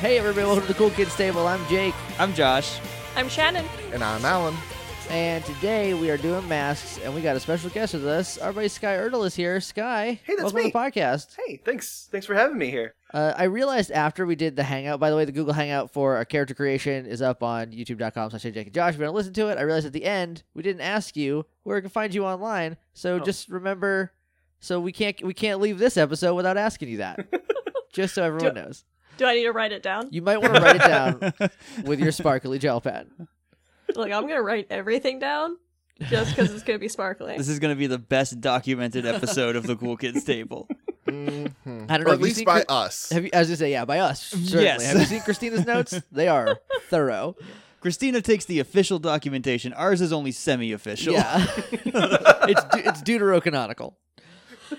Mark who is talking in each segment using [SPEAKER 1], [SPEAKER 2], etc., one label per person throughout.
[SPEAKER 1] Hey, everybody, welcome to the Cool Kids Table. I'm Jake,
[SPEAKER 2] I'm Josh.
[SPEAKER 3] I'm Shannon.
[SPEAKER 4] And I'm Alan.
[SPEAKER 1] and today we are doing masks, and we got a special guest with us. Our buddy Sky Ertle is here. Sky,
[SPEAKER 5] Hey, that's
[SPEAKER 1] welcome
[SPEAKER 5] me.
[SPEAKER 1] to the podcast.
[SPEAKER 5] Hey, thanks. Thanks for having me here.
[SPEAKER 1] Uh, I realized after we did the Hangout, by the way, the Google Hangout for our character creation is up on youtube.com slash Hey Jake and Josh. If you want to listen to it, I realized at the end we didn't ask you where we can find you online. So
[SPEAKER 5] Oh.
[SPEAKER 1] just remember, so we can't we can't leave this episode without asking you that. just so everyone knows.
[SPEAKER 3] Do I need to write it down?
[SPEAKER 1] You might want to write it down with your sparkly gel pen.
[SPEAKER 3] Like, I'm going to write everything down just because it's going to be sparkling.
[SPEAKER 2] This is going to be the best documented episode of the Cool Kids Table.
[SPEAKER 4] Mm-hmm.
[SPEAKER 1] I don't know. have
[SPEAKER 4] Or at
[SPEAKER 1] you
[SPEAKER 4] least
[SPEAKER 1] seen
[SPEAKER 4] by
[SPEAKER 1] Chris-
[SPEAKER 4] us.
[SPEAKER 1] Have you, I was gonna say, yeah, by us. Certainly.
[SPEAKER 2] Yes.
[SPEAKER 1] Have you seen Christina's notes? They are thorough.
[SPEAKER 2] Christina takes the official documentation. Ours is only semi-official.
[SPEAKER 1] Yeah, it's de- it's deuterocanonical.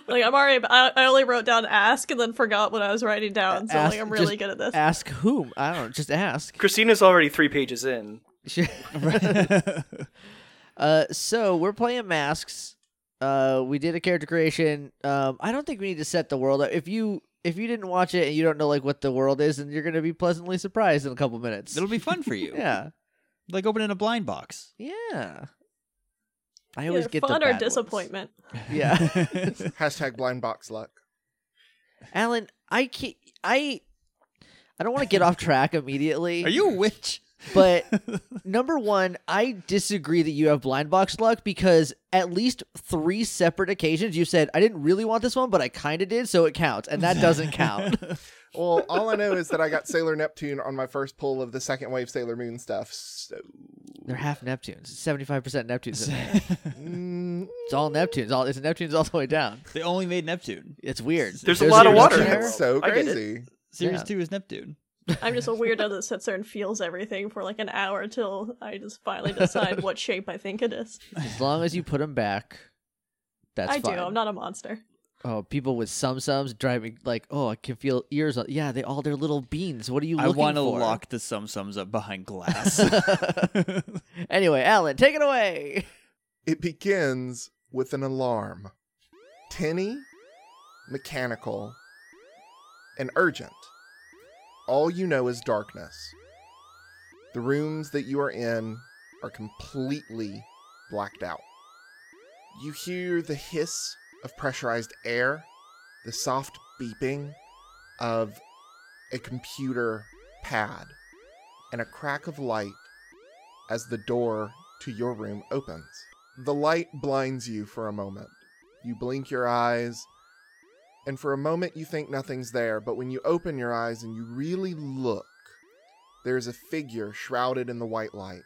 [SPEAKER 3] Like, I'm already, I, I only wrote down ask and then forgot what I was writing down. So,
[SPEAKER 1] Ask-
[SPEAKER 3] like, I'm
[SPEAKER 1] just
[SPEAKER 3] really good at this.
[SPEAKER 1] Ask whom? I don't know. Just ask.
[SPEAKER 5] Christina's already three pages in.
[SPEAKER 1] uh, so we're playing masks. Uh, we did a character creation. Um, I don't think we need to set the world up. If you if you didn't watch it and you don't know like what the world is, then you're gonna be pleasantly surprised in a couple minutes.
[SPEAKER 2] It'll be fun for you.
[SPEAKER 1] yeah,
[SPEAKER 2] Like opening a blind box.
[SPEAKER 1] yeah. I
[SPEAKER 3] Either
[SPEAKER 1] always get the
[SPEAKER 3] fun
[SPEAKER 1] bad
[SPEAKER 3] or
[SPEAKER 1] ones.
[SPEAKER 3] disappointment.
[SPEAKER 1] Yeah.
[SPEAKER 4] Hashtag blind box luck.
[SPEAKER 1] Alan, I can't. I I don't want to get off track immediately.
[SPEAKER 2] Are you a witch?
[SPEAKER 1] But number one, I disagree that you have blind box luck because at least three separate occasions you said I didn't really want this one, but I kind of did, so it counts, and that doesn't count.
[SPEAKER 4] Well, all I know is that I got Sailor Neptune on my first pull of the second wave Sailor Moon stuff. So
[SPEAKER 1] They're half Neptunes, seventy five percent Neptunes. in there.
[SPEAKER 4] mm,
[SPEAKER 1] It's all Neptunes. All it's Neptunes all the way down.
[SPEAKER 2] They only made Neptune.
[SPEAKER 1] It's weird.
[SPEAKER 5] There's a lot of
[SPEAKER 1] zero
[SPEAKER 5] water in
[SPEAKER 1] there.
[SPEAKER 5] the
[SPEAKER 4] that's so
[SPEAKER 5] I get it.
[SPEAKER 4] crazy.
[SPEAKER 2] Series
[SPEAKER 1] Yeah.
[SPEAKER 2] two is Neptune.
[SPEAKER 3] I'm just a weirdo that sits there and feels everything for like an hour till I just finally decide what shape I think it is.
[SPEAKER 1] As long as you put them back, that's
[SPEAKER 3] I
[SPEAKER 1] fine.
[SPEAKER 3] do. I'm not a monster.
[SPEAKER 1] Oh, people with sum sums driving like, oh, I can feel ears. On- yeah, they all their little beans. What are you
[SPEAKER 2] I
[SPEAKER 1] looking
[SPEAKER 2] want to
[SPEAKER 1] for?
[SPEAKER 2] lock the sum sums up behind glass.
[SPEAKER 1] anyway, Alan, take it away.
[SPEAKER 4] It begins with an alarm. Tinny, mechanical, and urgent. All you know is darkness. The rooms that you are in are completely blacked out. You hear the hiss of pressurized air, the soft beeping of a computer pad, and a crack of light as the door to your room opens. The light blinds you for a moment. You blink your eyes, and for a moment you think nothing's there, but when you open your eyes and you really look, there is a figure shrouded in the white light.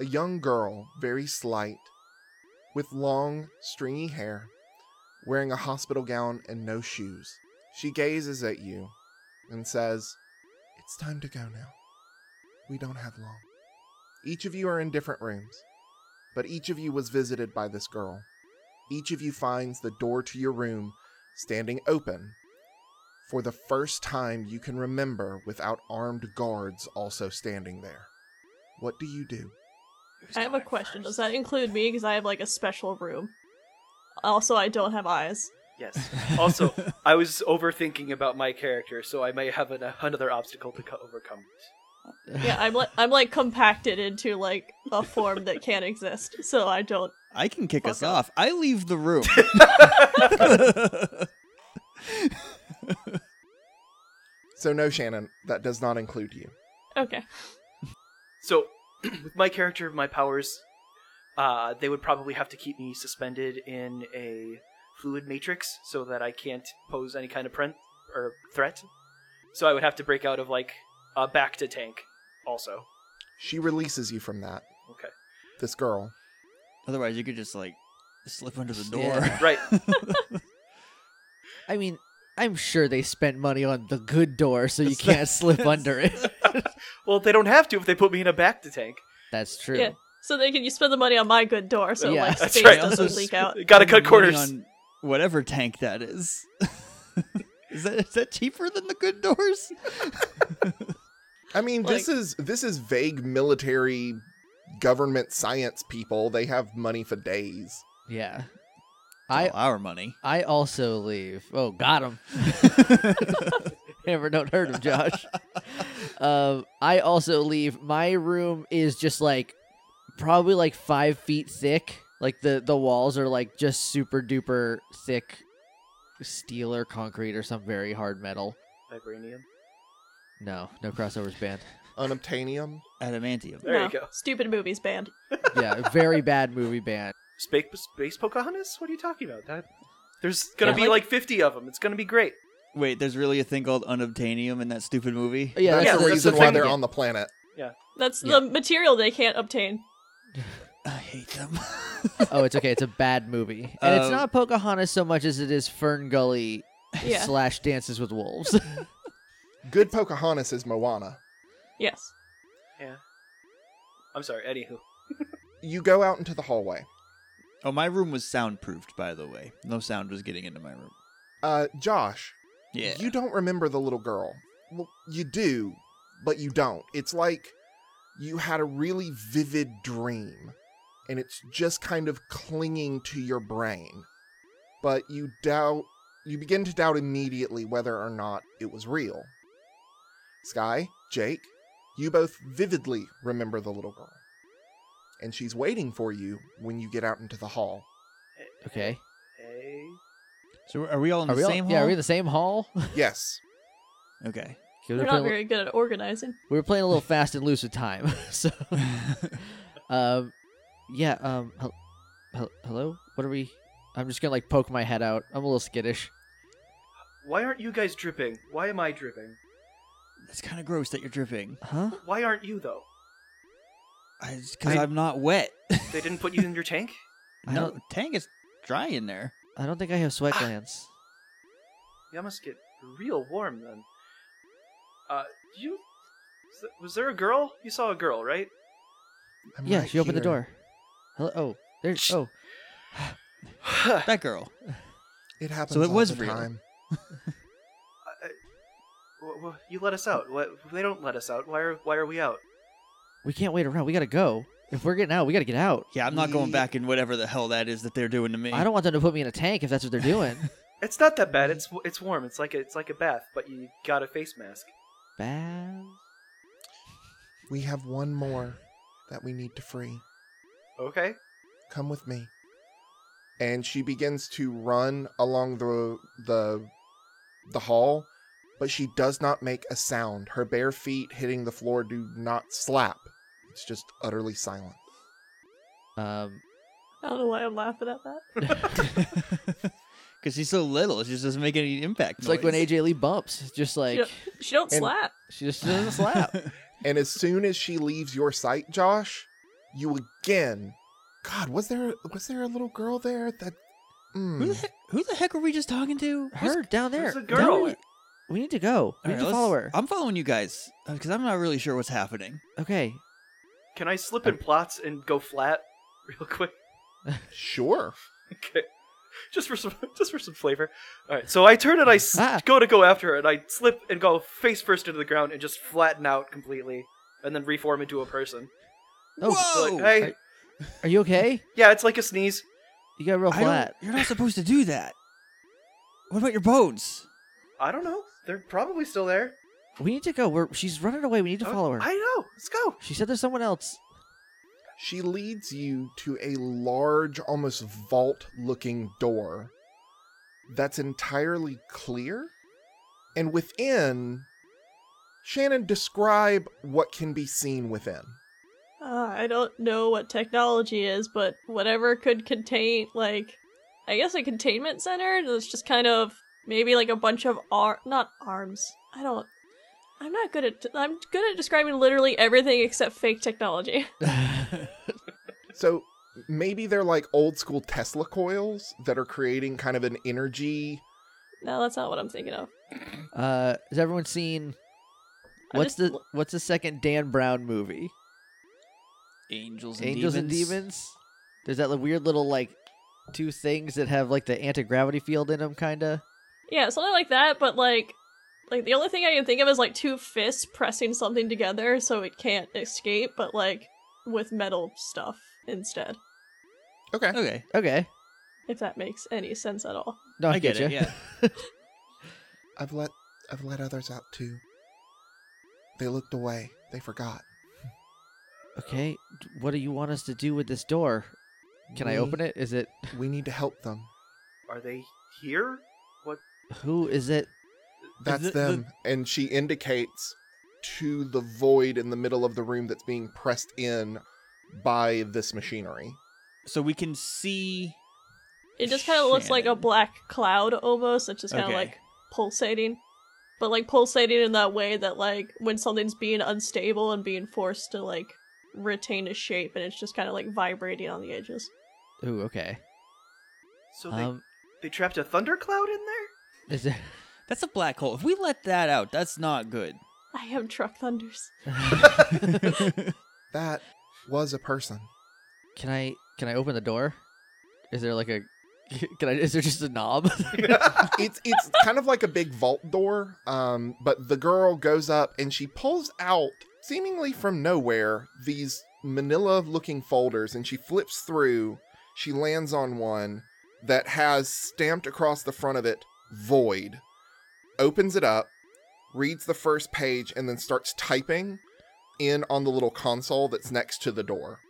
[SPEAKER 4] A young girl, very slight, with long, stringy hair, wearing a hospital gown and no shoes. She gazes at you and says, It's time to go now. We don't have long. Each of you are in different rooms but each of you was visited by this girl. Each of you finds the door to your room standing open for the first time you can remember without armed guards also standing there. What do you do?
[SPEAKER 3] I have a question. Does that include me? Because I have like a special room. Also, I don't have eyes.
[SPEAKER 5] Yes. Also, I was overthinking about my character, so I may have an, another obstacle to co- overcome.
[SPEAKER 3] Yeah, I'm like I'm like compacted into like a form that can't exist, so I don't.
[SPEAKER 2] I can kick
[SPEAKER 3] Fuck
[SPEAKER 2] us
[SPEAKER 3] off.
[SPEAKER 2] off. I leave the room.
[SPEAKER 4] So, no, Shannon, that does not include you.
[SPEAKER 3] Okay,
[SPEAKER 5] So, with my character, my powers, uh, they would probably have to keep me suspended in a fluid matrix so that I can't pose any kind of print or threat. So I would have to break out of like a back to tank. Also,
[SPEAKER 4] She releases you from that,
[SPEAKER 5] okay,
[SPEAKER 4] this girl.
[SPEAKER 2] Otherwise, you could just like slip under the door.
[SPEAKER 1] Yeah.
[SPEAKER 5] right.
[SPEAKER 1] I mean, I'm sure they spent money on the good door, so you can't slip under it.
[SPEAKER 5] Well, they don't have to if they put me in a back to tank.
[SPEAKER 1] That's true.
[SPEAKER 3] yeah. So they can you spend the money on my good door, so
[SPEAKER 1] Yeah.
[SPEAKER 3] like
[SPEAKER 1] That's
[SPEAKER 3] space
[SPEAKER 5] right.
[SPEAKER 3] doesn't
[SPEAKER 2] Also
[SPEAKER 3] leak out.
[SPEAKER 5] Gotta
[SPEAKER 2] I'm
[SPEAKER 5] cut
[SPEAKER 2] leaning
[SPEAKER 5] corners.
[SPEAKER 2] on whatever tank that is. is that is that cheaper than the good doors?
[SPEAKER 4] I mean, this is this is vague military government science people. They have money for days.
[SPEAKER 1] Yeah. I
[SPEAKER 2] All our money.
[SPEAKER 1] I also leave. Oh, got him. never not heard of Josh. um, I also leave. My room is just like probably like five feet thick. Like the the walls are like just super duper thick steel or concrete or some very hard metal.
[SPEAKER 5] Vibranium.
[SPEAKER 1] No, no crossovers banned.
[SPEAKER 4] Unobtainium.
[SPEAKER 2] Adamantium.
[SPEAKER 5] There
[SPEAKER 3] no,
[SPEAKER 5] you go.
[SPEAKER 3] Stupid movies banned.
[SPEAKER 1] Yeah, very bad movie ban.
[SPEAKER 5] Space, space Pocahontas? What are you talking about? That there's gonna
[SPEAKER 1] Yeah.
[SPEAKER 5] be like 50 of them. It's gonna be great.
[SPEAKER 2] Wait, there's really a thing called unobtainium in that stupid movie?
[SPEAKER 1] Yeah,
[SPEAKER 4] that's,
[SPEAKER 5] Yeah,
[SPEAKER 4] the
[SPEAKER 5] that's
[SPEAKER 4] reason
[SPEAKER 5] the
[SPEAKER 4] why
[SPEAKER 5] thing.
[SPEAKER 4] they're
[SPEAKER 1] on.
[SPEAKER 4] on the planet.
[SPEAKER 3] That's
[SPEAKER 1] Yeah.
[SPEAKER 3] the material they can't obtain.
[SPEAKER 2] I hate them.
[SPEAKER 1] oh, it's okay. It's a bad movie, and it's
[SPEAKER 2] Um,
[SPEAKER 1] not Pocahontas so much as it is Fern Gully
[SPEAKER 3] Yeah.
[SPEAKER 1] slash Dances with Wolves.
[SPEAKER 4] Good Pocahontas is Moana.
[SPEAKER 3] Yes.
[SPEAKER 5] I'm sorry. Anywho,
[SPEAKER 4] You go out into the hallway.
[SPEAKER 2] oh, my room was soundproofed, by the way. No sound was getting into my room.
[SPEAKER 4] Uh, Josh,
[SPEAKER 2] Yeah.
[SPEAKER 4] you don't remember the little girl. Well, you do, but you don't. It's like you had a really vivid dream, and it's just kind of clinging to your brain. But you doubt, you begin to doubt immediately whether or not it was real. Sky, Jake, you both vividly remember the little girl. And she's waiting for you when you get out into the hall.
[SPEAKER 1] okay,
[SPEAKER 5] hey,
[SPEAKER 2] so are we all in
[SPEAKER 1] are
[SPEAKER 2] the
[SPEAKER 1] we all,
[SPEAKER 2] same
[SPEAKER 1] yeah? Are
[SPEAKER 2] hall?
[SPEAKER 1] we in the same hall? 'Cause
[SPEAKER 4] Yes.
[SPEAKER 2] okay.
[SPEAKER 1] we were
[SPEAKER 3] They're
[SPEAKER 1] playing-
[SPEAKER 3] not very good at organizing.
[SPEAKER 1] we were playing a little fast and loose with time. So, um, yeah. Um, hel- hel- hello. What are we? I'm just gonna like poke my head out. I'm a little skittish.
[SPEAKER 5] why aren't you guys dripping? Why am I dripping?
[SPEAKER 2] That's kind of gross that you're dripping.
[SPEAKER 1] Huh?
[SPEAKER 5] Why aren't you though?
[SPEAKER 2] Because
[SPEAKER 5] I-
[SPEAKER 2] I'm not wet.
[SPEAKER 5] They didn't put you in your tank.
[SPEAKER 1] I
[SPEAKER 2] no,
[SPEAKER 1] don't-
[SPEAKER 2] Tang is dry in there.
[SPEAKER 1] I don't think I have sweat glands.
[SPEAKER 5] You must get real warm then. Uh, you was there a girl? You saw a girl, right?
[SPEAKER 4] I'm
[SPEAKER 1] yeah,
[SPEAKER 4] right
[SPEAKER 1] she opened the
[SPEAKER 4] here.
[SPEAKER 1] door. Hello. Oh, there's. Oh,
[SPEAKER 5] I-
[SPEAKER 2] That girl.
[SPEAKER 4] It happens.
[SPEAKER 2] it
[SPEAKER 4] all
[SPEAKER 2] was
[SPEAKER 4] the
[SPEAKER 2] real.
[SPEAKER 4] time.
[SPEAKER 5] I- wh- wh- you let us out. What? They don't let us out. Why are Why are we out?
[SPEAKER 1] we can't wait around. We gotta go. If we're getting out, we gotta get out.
[SPEAKER 2] Yeah, I'm not going
[SPEAKER 4] We-
[SPEAKER 2] back in whatever the hell that is that they're doing to me.
[SPEAKER 1] I don't want them to put me in a tank if that's what they're doing.
[SPEAKER 5] It's not that bad. It's it's warm. It's like a, it's like a bath, but you got a face mask.
[SPEAKER 1] Bad.
[SPEAKER 4] We have one more that we need to free.
[SPEAKER 5] Okay.
[SPEAKER 4] Come with me. And she begins to run along the the the hall, but she does not make a sound. Her bare feet hitting the floor do not slap. It's just utterly silent.
[SPEAKER 1] Um,
[SPEAKER 3] I don't know why I'm laughing at that.
[SPEAKER 2] Because she's so little, she just doesn't make any impact.
[SPEAKER 1] it's like when AJ Lee bumps. It's just like
[SPEAKER 3] Yeah. She don't
[SPEAKER 4] And-
[SPEAKER 3] slap.
[SPEAKER 1] she just doesn't slap.
[SPEAKER 4] And as soon as she leaves your sight, Josh, you again. God, was there was there a little girl there that?
[SPEAKER 2] who, the
[SPEAKER 4] Mm,
[SPEAKER 2] heck, who the heck are we just talking to? What's-
[SPEAKER 1] Her down there.
[SPEAKER 5] There's a girl.
[SPEAKER 1] No, we need to go. We
[SPEAKER 2] All
[SPEAKER 1] need
[SPEAKER 2] right,
[SPEAKER 1] to
[SPEAKER 2] let's-
[SPEAKER 1] follow her.
[SPEAKER 2] I'm following you guys because I'm not really sure what's happening.
[SPEAKER 1] Okay.
[SPEAKER 5] Can I slip in plots and go flat real quick?
[SPEAKER 4] sure.
[SPEAKER 5] Okay. Just for some just for some flavor. All right. So I turn and I s-
[SPEAKER 1] Ah.
[SPEAKER 5] go to go after her and I slip and go face first into the ground and just flatten out completely and then reform into a person.
[SPEAKER 1] Oh,
[SPEAKER 5] So
[SPEAKER 2] Whoa!
[SPEAKER 5] like, hey,
[SPEAKER 1] I- Are you okay?
[SPEAKER 5] yeah, it's like a sneeze.
[SPEAKER 1] You got real
[SPEAKER 2] I don't-
[SPEAKER 1] flat.
[SPEAKER 2] You're not supposed to do that. What about your bones?
[SPEAKER 5] I don't know. They're probably still there.
[SPEAKER 1] We need to go. We're she's running away. We need to
[SPEAKER 5] Oh,
[SPEAKER 1] follow her.
[SPEAKER 5] I know. Let's go.
[SPEAKER 1] She said there's someone else.
[SPEAKER 4] She leads you to a large, almost vault looking door that's entirely clear. And within, Shannon, describe what can be seen within.
[SPEAKER 3] Uh, I don't know what technology is, but whatever could contain, like, I guess a containment center that's just kind of maybe like a bunch of ar- not arms. I don't. I'm not good at. I'm good at describing literally everything except fake technology.
[SPEAKER 4] So maybe they're like old school Tesla coils that are creating kind of an energy.
[SPEAKER 3] no, that's not what I'm thinking of.
[SPEAKER 1] Uh, has everyone seen?
[SPEAKER 3] I
[SPEAKER 1] What's the
[SPEAKER 3] just l-
[SPEAKER 1] What's the second Dan Brown movie?
[SPEAKER 2] Angels and
[SPEAKER 1] Angels
[SPEAKER 2] demons.
[SPEAKER 1] and Demons. There's that li- weird little like two things that have like the anti gravity field in them, kinda.
[SPEAKER 3] Yeah, something like that, but like. Like the only thing I can think of is like two fists pressing something together so it can't escape, but like with metal stuff instead.
[SPEAKER 4] Okay.
[SPEAKER 2] Okay,
[SPEAKER 1] Okay.
[SPEAKER 3] If that makes any sense at all.
[SPEAKER 1] No, I,
[SPEAKER 2] I get
[SPEAKER 1] getcha.
[SPEAKER 2] it. Yeah.
[SPEAKER 4] I've let I've let others out too. They looked away. They forgot.
[SPEAKER 1] Okay, d- what do you want us to do with this door? Can I
[SPEAKER 4] We-
[SPEAKER 1] open it? Is it
[SPEAKER 4] We need to help them.
[SPEAKER 5] Are they here?
[SPEAKER 1] who is it?
[SPEAKER 4] That's
[SPEAKER 2] the- the-
[SPEAKER 4] them. And she indicates to the void in the middle of the room that's being pressed in by this machinery.
[SPEAKER 2] So we can see.
[SPEAKER 3] It just kind of looks like a
[SPEAKER 2] Shannon.
[SPEAKER 3] black cloud almost. It's just kind of
[SPEAKER 2] Okay.
[SPEAKER 3] like pulsating, but like pulsating in that way that like when something's being unstable and being forced to like retain a shape, and it's just kind of like vibrating on the edges.
[SPEAKER 1] Ooh, okay.
[SPEAKER 5] So they,
[SPEAKER 1] Um,
[SPEAKER 5] they trapped a thundercloud in there?
[SPEAKER 1] is it?
[SPEAKER 2] That's a black hole. If we let that out, that's not good.
[SPEAKER 3] I am truck thunders.
[SPEAKER 4] That was a person.
[SPEAKER 1] Can I can I open the door? Is there like a can I is there just a knob?
[SPEAKER 4] It's it's kind of like a big vault door. Um, but the girl goes up and she pulls out seemingly from nowhere these manila looking folders and she flips through. She lands on one that has stamped across the front of it void. Opens it up, reads the first page and then starts typing in on the little console that's next to the door.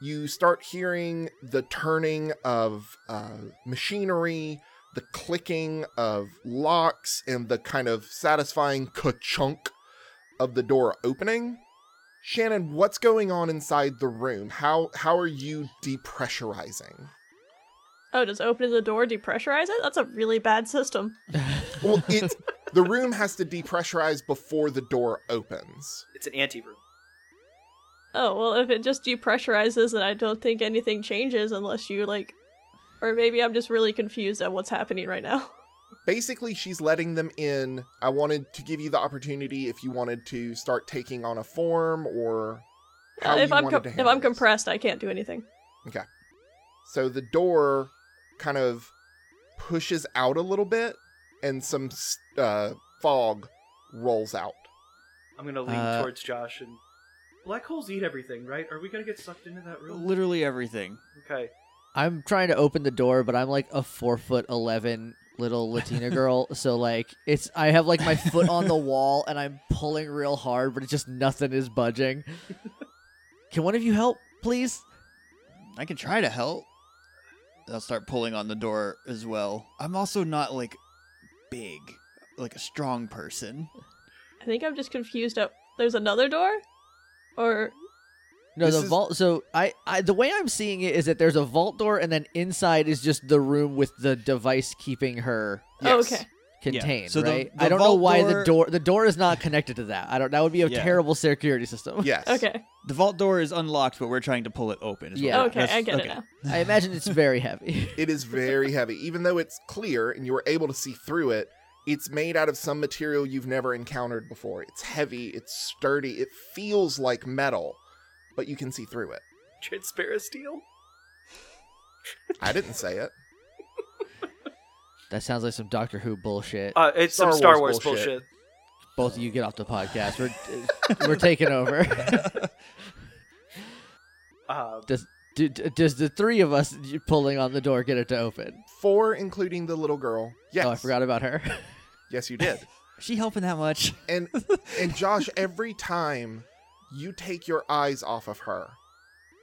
[SPEAKER 4] You start hearing the turning of uh, machinery, the clicking of locks and the kind of satisfying ka-chunk of the door opening. Shannon, what's going on inside the room? How how are you depressurizing?
[SPEAKER 3] Oh, does opening the door depressurize it? That's a really bad system.
[SPEAKER 4] Well, it's the room has to depressurize before the door opens.
[SPEAKER 5] It's an ante room.
[SPEAKER 3] Oh, well, if it just depressurizes, then I don't think anything changes unless you, like. Or maybe I'm just really confused at what's happening right now.
[SPEAKER 4] Basically, she's letting them in. I wanted to give you the opportunity if you wanted to start taking on a form or how
[SPEAKER 3] if
[SPEAKER 4] you
[SPEAKER 3] I'm
[SPEAKER 4] wanted
[SPEAKER 3] com-
[SPEAKER 4] to
[SPEAKER 3] if
[SPEAKER 4] handle
[SPEAKER 3] I'm
[SPEAKER 4] this.
[SPEAKER 3] compressed, I can't do anything.
[SPEAKER 4] So the door kind of pushes out a little bit, and some s- uh, fog rolls out.
[SPEAKER 5] I'm gonna lean
[SPEAKER 1] Uh,
[SPEAKER 5] towards Josh and black holes eat everything, right? Are we gonna get sucked into that room?
[SPEAKER 2] Literally everything.
[SPEAKER 5] Okay.
[SPEAKER 1] I'm trying to open the door, but I'm like a four foot eleven little Latina girl, so like it's I have like my foot on the wall and I'm pulling real hard, but it's just nothing is budging. Can one of you help, please?
[SPEAKER 2] I can try to help. I'll start pulling on the door as well. I'm also not like big, like a strong person.
[SPEAKER 3] I think I'm just confused at. There's another door? Or.
[SPEAKER 1] No,
[SPEAKER 4] This
[SPEAKER 1] the
[SPEAKER 4] is-
[SPEAKER 1] vault. So I, I, the way I'm seeing it is that there's a vault door, and then inside is just the room with the device keeping her
[SPEAKER 3] Oh,
[SPEAKER 4] Yes.
[SPEAKER 3] okay.
[SPEAKER 2] Yeah,
[SPEAKER 1] contained.
[SPEAKER 2] so the-
[SPEAKER 1] right?
[SPEAKER 2] the
[SPEAKER 1] I don't know
[SPEAKER 2] vault
[SPEAKER 1] why the
[SPEAKER 2] door-
[SPEAKER 1] door, the door is not connected to that. I don't. That would be a
[SPEAKER 2] Yeah.
[SPEAKER 1] terrible security system.
[SPEAKER 4] Yes.
[SPEAKER 3] Okay.
[SPEAKER 2] The vault door is unlocked, but we're trying to pull it open. is what
[SPEAKER 1] Yeah.
[SPEAKER 2] we're-
[SPEAKER 3] okay,
[SPEAKER 2] that's-
[SPEAKER 3] I get
[SPEAKER 2] okay.
[SPEAKER 3] it now.
[SPEAKER 1] I imagine it's very heavy.
[SPEAKER 4] It is very heavy, even though it's clear and you were able to see through it. It's made out of some material you've never encountered before. It's heavy. It's sturdy. It feels like metal, but you can see through it.
[SPEAKER 5] Transparasteel?
[SPEAKER 4] I didn't say it.
[SPEAKER 1] that sounds like some Doctor Who bullshit.
[SPEAKER 5] Uh it's
[SPEAKER 4] Star
[SPEAKER 5] some Star
[SPEAKER 4] Wars
[SPEAKER 5] Wars,
[SPEAKER 4] bullshit.
[SPEAKER 5] bullshit.
[SPEAKER 1] Both of you get off the podcast. We're we're taking over.
[SPEAKER 5] Uh,
[SPEAKER 1] Do, d- does the three of us pulling on the door get it to open?
[SPEAKER 4] Four, including the little girl. Yes.
[SPEAKER 1] Oh, I forgot about her.
[SPEAKER 4] Yes, you did.
[SPEAKER 2] Is she helping that much?
[SPEAKER 4] And and Josh, every time you take your eyes off of her,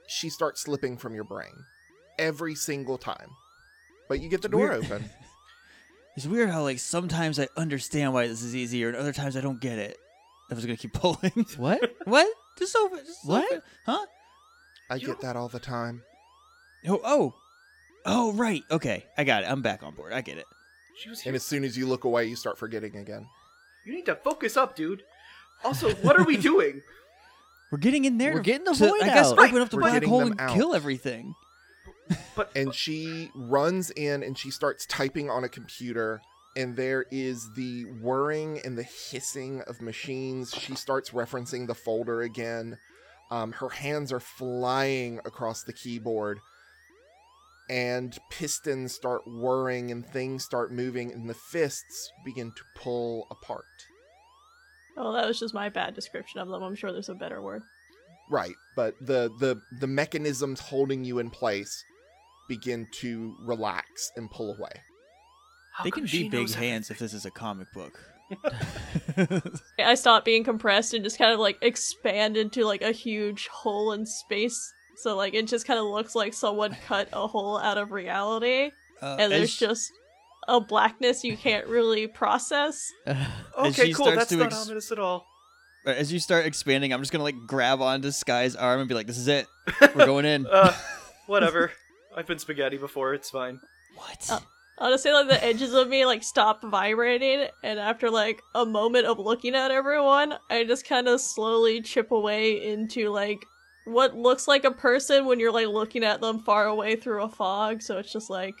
[SPEAKER 4] she starts slipping from your brain. Every single time. But you get the door
[SPEAKER 2] Weird.
[SPEAKER 4] open.
[SPEAKER 2] It's weird how like sometimes I understand why this is easier, and other times I don't get it. I was gonna keep pulling.
[SPEAKER 1] what?
[SPEAKER 2] what? Just open. Just
[SPEAKER 1] What?
[SPEAKER 2] open- Huh?
[SPEAKER 4] I
[SPEAKER 5] You
[SPEAKER 4] get that all the time.
[SPEAKER 2] Oh, oh, oh, right. Okay, I got it. I'm back on board. I get it.
[SPEAKER 5] she was here.
[SPEAKER 4] And as soon as you look away, you start forgetting again.
[SPEAKER 5] You need to focus up, dude. Also, what are we doing?
[SPEAKER 2] We're getting in there.
[SPEAKER 1] We're
[SPEAKER 2] to-
[SPEAKER 1] getting the
[SPEAKER 2] to,
[SPEAKER 1] void
[SPEAKER 2] I guess
[SPEAKER 1] out.
[SPEAKER 2] open up the
[SPEAKER 4] We're
[SPEAKER 2] black
[SPEAKER 4] getting
[SPEAKER 2] hole
[SPEAKER 4] them
[SPEAKER 2] and
[SPEAKER 4] out.
[SPEAKER 2] kill everything.
[SPEAKER 5] But
[SPEAKER 4] And she runs in and she starts typing on a computer. And there is the whirring and the hissing of machines. She starts referencing the folder again. Um, her hands are flying across the keyboard. And pistons start whirring and things start moving, and the fists begin to pull apart.
[SPEAKER 3] Oh, that was just my bad description of them. I'm sure there's a better word.
[SPEAKER 4] Right, but the, the, the mechanisms holding you in place begin to relax and pull away.
[SPEAKER 5] how
[SPEAKER 2] they
[SPEAKER 5] come
[SPEAKER 2] can
[SPEAKER 5] she
[SPEAKER 2] be big
[SPEAKER 5] knows
[SPEAKER 2] hands if this is a comic book.
[SPEAKER 3] I stopped being compressed and just kind of like expand into like a huge hole in space. So like it just kind of looks like someone cut a hole out of reality,
[SPEAKER 2] Uh,
[SPEAKER 3] and there's
[SPEAKER 2] as-
[SPEAKER 3] just a blackness you can't really process.
[SPEAKER 2] As
[SPEAKER 5] Okay,
[SPEAKER 2] she
[SPEAKER 5] cool.
[SPEAKER 2] starts
[SPEAKER 5] That's
[SPEAKER 2] to
[SPEAKER 5] not
[SPEAKER 2] ex-
[SPEAKER 5] ominous at all.
[SPEAKER 2] as you start expanding, I'm just gonna like grab onto Sky's arm and be like, "This is it. We're going in."
[SPEAKER 5] Uh, whatever. I've been spaghetti before. It's fine.
[SPEAKER 2] what?
[SPEAKER 3] uh, Honestly, like the edges of me like stop vibrating, and after like a moment of looking at everyone, I just kind of slowly chip away into like what looks like a person when you're like looking at them far away through a fog. So it's just like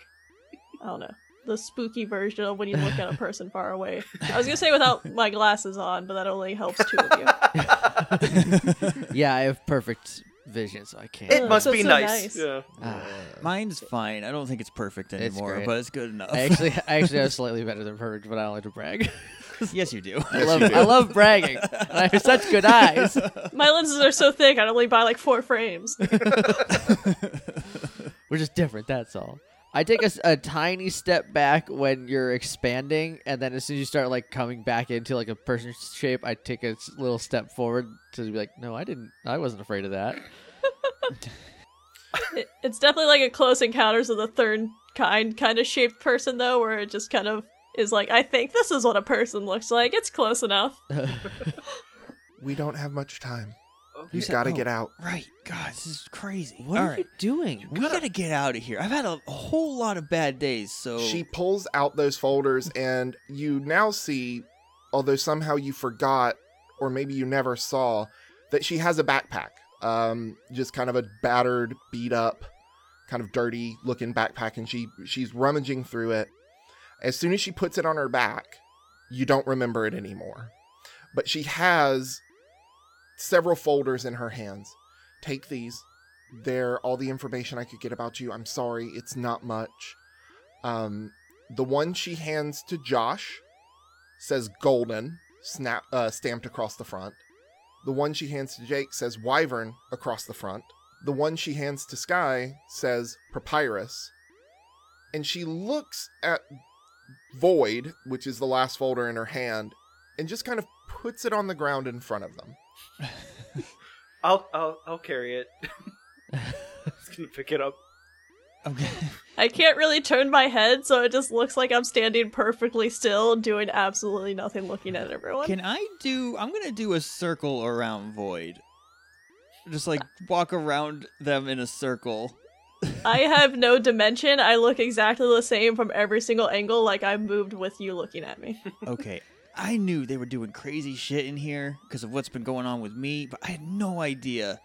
[SPEAKER 3] I don't know the spooky version of when you look at a person far away. I was gonna say without my glasses on, but that only helps two of you.
[SPEAKER 1] yeah, I have perfect vision, so I can't.
[SPEAKER 5] It
[SPEAKER 3] Oh,
[SPEAKER 5] must
[SPEAKER 3] so-
[SPEAKER 5] be
[SPEAKER 3] so
[SPEAKER 5] nice.
[SPEAKER 3] nice.
[SPEAKER 5] Yeah.
[SPEAKER 1] Ah,
[SPEAKER 2] Mine's fine. I don't think it's perfect
[SPEAKER 1] It's
[SPEAKER 2] anymore,
[SPEAKER 1] great.
[SPEAKER 2] but it's good enough.
[SPEAKER 1] I actually, I actually have slightly better than perfect, but I don't like to brag.
[SPEAKER 2] yes, you do.
[SPEAKER 1] I love, I love bragging. And I have such good eyes.
[SPEAKER 3] My lenses are so thick; I only buy like four frames.
[SPEAKER 1] We're just different. That's all. I take a, s- a tiny step back when you're expanding, and then as soon as you start like coming back into like a person's shape, I take a s- little step forward to be like, no, I didn't. I wasn't afraid of that.
[SPEAKER 3] It- it's definitely like a close encounters of the third kind kind of shaped person though where it just kind of is like i think this is what a person looks like it's close enough
[SPEAKER 4] We don't have much time.
[SPEAKER 5] Okay.
[SPEAKER 4] You've
[SPEAKER 2] said
[SPEAKER 4] got to
[SPEAKER 2] no.
[SPEAKER 4] get out.
[SPEAKER 2] Right. God, this is crazy.
[SPEAKER 1] What
[SPEAKER 2] All
[SPEAKER 1] are
[SPEAKER 2] right.
[SPEAKER 1] you doing?
[SPEAKER 2] We gotta get out of here. I've had a whole lot of bad days, so
[SPEAKER 4] She pulls out those folders, and you now see, although somehow you forgot, or maybe you never saw, that she has a backpack. Um, just kind of a battered, beat up, kind of dirty looking backpack, and she she's rummaging through it. As soon as she puts it on her back, you don't remember it anymore. But she has several folders in her hands. Take these. They're all the information I could get about you. I'm sorry, it's not much. Um, the one she hands to Josh says golden, snap, uh, stamped across the front. The one she hands to Jake says wyvern across the front. The one she hands to Sky says papyrus. And she looks at void, which is the last folder in her hand, and just kind of puts it on the ground in front of them.
[SPEAKER 5] I'll I'll I'll carry it. Just gonna pick it up.
[SPEAKER 2] Okay.
[SPEAKER 3] i can't really turn my head so it just looks like i'm standing perfectly still doing absolutely nothing looking at everyone
[SPEAKER 2] Can I do? I'm gonna do a circle around Void. Just like walk around them in a circle.
[SPEAKER 3] i have no dimension i look exactly the same from every single angle like i moved with you looking at me
[SPEAKER 2] Okay. I knew they were doing crazy shit in here because of what's been going on with me, but I had no idea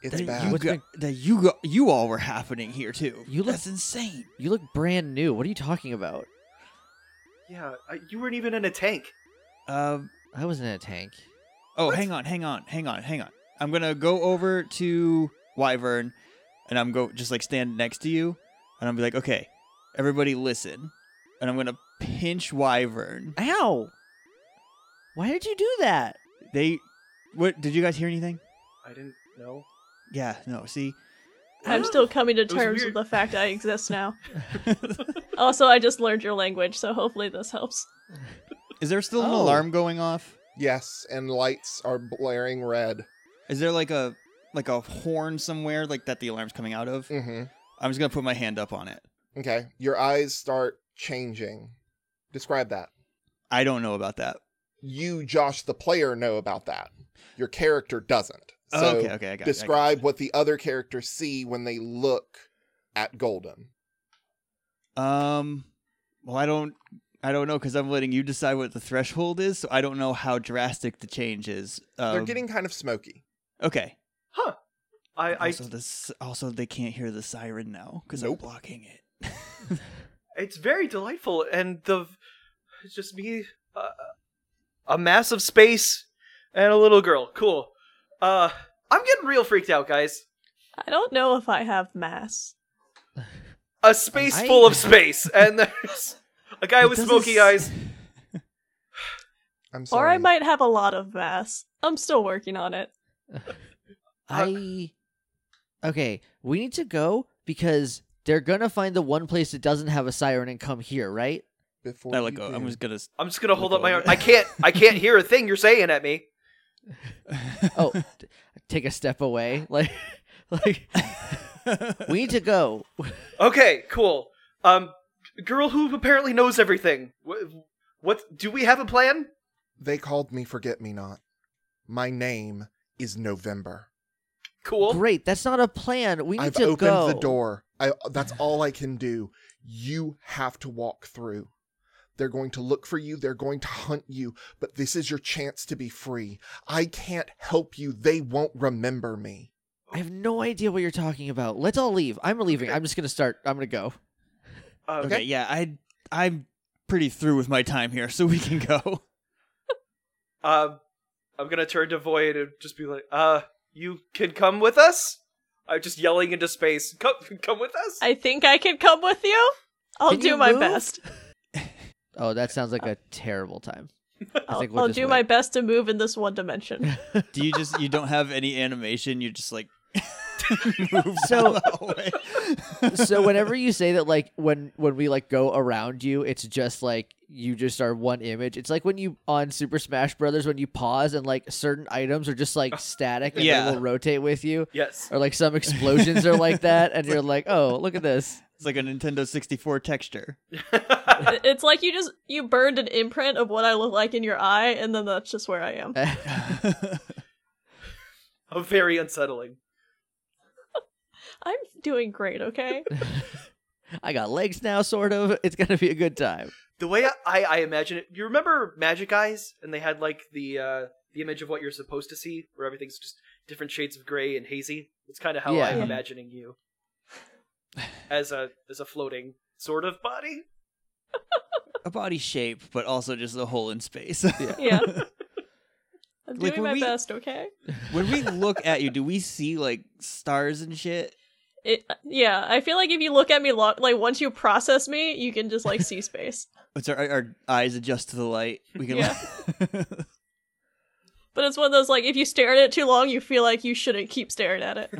[SPEAKER 4] It's
[SPEAKER 2] that
[SPEAKER 4] bad.
[SPEAKER 2] you
[SPEAKER 1] What's
[SPEAKER 2] got,
[SPEAKER 1] been-
[SPEAKER 2] that you got, you all were happening here too.
[SPEAKER 1] You look-
[SPEAKER 2] That's insane.
[SPEAKER 1] You look brand new. What are you talking about?
[SPEAKER 5] Yeah, I, you weren't even in a tank.
[SPEAKER 2] Um.
[SPEAKER 1] I wasn't in a tank.
[SPEAKER 2] Oh, hang on, hang on, hang on, hang on. I'm gonna go over to Wyvern, and I'm go just like stand next to you, and I'm be like, okay, everybody listen, and I'm gonna pinch Wyvern.
[SPEAKER 1] Ow! Why did you do that?
[SPEAKER 2] They, what? Did you guys hear anything?
[SPEAKER 5] I didn't know.
[SPEAKER 2] Yeah. No. See.
[SPEAKER 3] i'm still coming to
[SPEAKER 5] was
[SPEAKER 3] terms with
[SPEAKER 5] weird.
[SPEAKER 3] the fact i exist now also i just learned your language so hopefully this helps
[SPEAKER 2] Is there still an
[SPEAKER 1] Oh.
[SPEAKER 2] alarm going off?
[SPEAKER 4] yes, and lights are blaring red.
[SPEAKER 2] Is there like a like a horn somewhere like that the alarm's coming out of?
[SPEAKER 4] Mm-hmm.
[SPEAKER 2] I'm just gonna put my hand up on it.
[SPEAKER 4] Okay. Your eyes start changing. Describe that.
[SPEAKER 2] I don't know about that.
[SPEAKER 4] You, Josh, the player, know about that. Your character doesn't. So
[SPEAKER 2] Oh, okay. Okay. I got it, I got it.
[SPEAKER 4] describe what the other characters see when they look at Golden.
[SPEAKER 2] Um. Well, I don't. I don't know because I'm letting you decide what the threshold is, so I don't know how drastic the change is. Um,
[SPEAKER 4] They're getting kind of smoky.
[SPEAKER 2] okay.
[SPEAKER 5] I I
[SPEAKER 2] also, this, also they can't hear the siren now because
[SPEAKER 4] Nope.
[SPEAKER 2] I'm blocking it.
[SPEAKER 5] it's very delightful and the it's just me uh, a mass of space and a little girl cool uh i'm getting real freaked out guys
[SPEAKER 3] I don't know if I have mass.
[SPEAKER 5] a space
[SPEAKER 1] I-
[SPEAKER 5] full of space and there's a guy
[SPEAKER 2] It
[SPEAKER 5] with
[SPEAKER 2] doesn't
[SPEAKER 5] smoky
[SPEAKER 2] s-
[SPEAKER 5] eyes
[SPEAKER 4] I'm
[SPEAKER 3] Or
[SPEAKER 4] sorry.
[SPEAKER 3] I might have a lot of mass. I'm still working on it.
[SPEAKER 1] I. Okay, we need to go because they're gonna find the one place that doesn't have a siren and come here, right?
[SPEAKER 4] before
[SPEAKER 2] I let
[SPEAKER 4] you
[SPEAKER 2] go.
[SPEAKER 4] do.
[SPEAKER 2] I'm just gonna. s-
[SPEAKER 5] I'm just gonna hold
[SPEAKER 2] Look
[SPEAKER 5] up my arm.
[SPEAKER 2] over.
[SPEAKER 5] I can't. I can't hear a thing you're saying at me.
[SPEAKER 1] Oh, t- take a step away. Like, like we need to go.
[SPEAKER 5] Okay, cool. Um, girl who apparently knows everything. What? what do we have a plan?
[SPEAKER 4] They called me Forget Me Not. My name is November.
[SPEAKER 5] Cool.
[SPEAKER 1] Great. That's not a plan. We need
[SPEAKER 4] I've
[SPEAKER 1] to
[SPEAKER 4] opened
[SPEAKER 1] go.
[SPEAKER 4] the door. I, that's all I can do. You have to walk through. They're going to look for you. They're going to hunt you. But this is your chance to be free. I can't help you. They won't remember me.
[SPEAKER 1] I have no idea what you're talking about. Let's all leave. I'm leaving. I'm just gonna start. I'm gonna go.
[SPEAKER 5] Uh,
[SPEAKER 2] okay. yeah, I I'm pretty through with my time here, so we can go.
[SPEAKER 5] Um, I'm gonna turn to Void and just be like, "Uh, you can come with us." I'm just yelling into space. Come, come with us.
[SPEAKER 3] I think I can come with you. I'll
[SPEAKER 1] Can
[SPEAKER 3] do
[SPEAKER 1] you
[SPEAKER 3] my
[SPEAKER 1] move?
[SPEAKER 3] best.
[SPEAKER 1] Oh, that sounds
[SPEAKER 4] Uh,
[SPEAKER 1] like a terrible time.
[SPEAKER 3] I'll,
[SPEAKER 1] think we'll
[SPEAKER 3] I'll
[SPEAKER 1] just
[SPEAKER 3] do
[SPEAKER 1] wait.
[SPEAKER 3] my best to move in this one dimension.
[SPEAKER 2] Do you just you don't have any animation? You're just like move
[SPEAKER 1] So-
[SPEAKER 2] the hallway.
[SPEAKER 1] so whenever you say that, like when when we like go around you, it's just like you just are one image. It's like when you on Super Smash Brothers when you pause and like certain items are just like static and
[SPEAKER 2] Yeah.
[SPEAKER 1] they will rotate with you,
[SPEAKER 5] yes.
[SPEAKER 1] or like some explosions are like that, and you're like, oh, look at this.
[SPEAKER 2] it's like a Nintendo 64 texture.
[SPEAKER 3] I- it's like you just you burned an imprint of what I look like in your eye, and then that's just where I am.
[SPEAKER 5] Very unsettling.
[SPEAKER 3] I'm doing great, okay?
[SPEAKER 1] I got legs now, sort of. It's gonna be a good time.
[SPEAKER 5] The way I, I imagine it, you remember Magic Eyes, and they had like the uh, the image of what you're supposed to see, where everything's just different shades of gray and hazy. It's kind of how
[SPEAKER 1] Yeah.
[SPEAKER 5] I'm
[SPEAKER 3] Yeah.
[SPEAKER 5] imagining you as a as a floating sort of body.
[SPEAKER 2] a body shape, but also just a hole in space.
[SPEAKER 3] Yeah. I'm
[SPEAKER 2] Like,
[SPEAKER 3] doing
[SPEAKER 2] when
[SPEAKER 3] my
[SPEAKER 2] we-
[SPEAKER 3] best, okay?
[SPEAKER 2] when we look at you, do we see like stars and shit?
[SPEAKER 3] It, yeah, I feel like if you look at me, lo- like once you process me, you can just like see space.
[SPEAKER 2] It's our, our eyes adjust to the light. We can.
[SPEAKER 3] But it's one of those like if you stare at it too long, you feel like you shouldn't keep staring at it.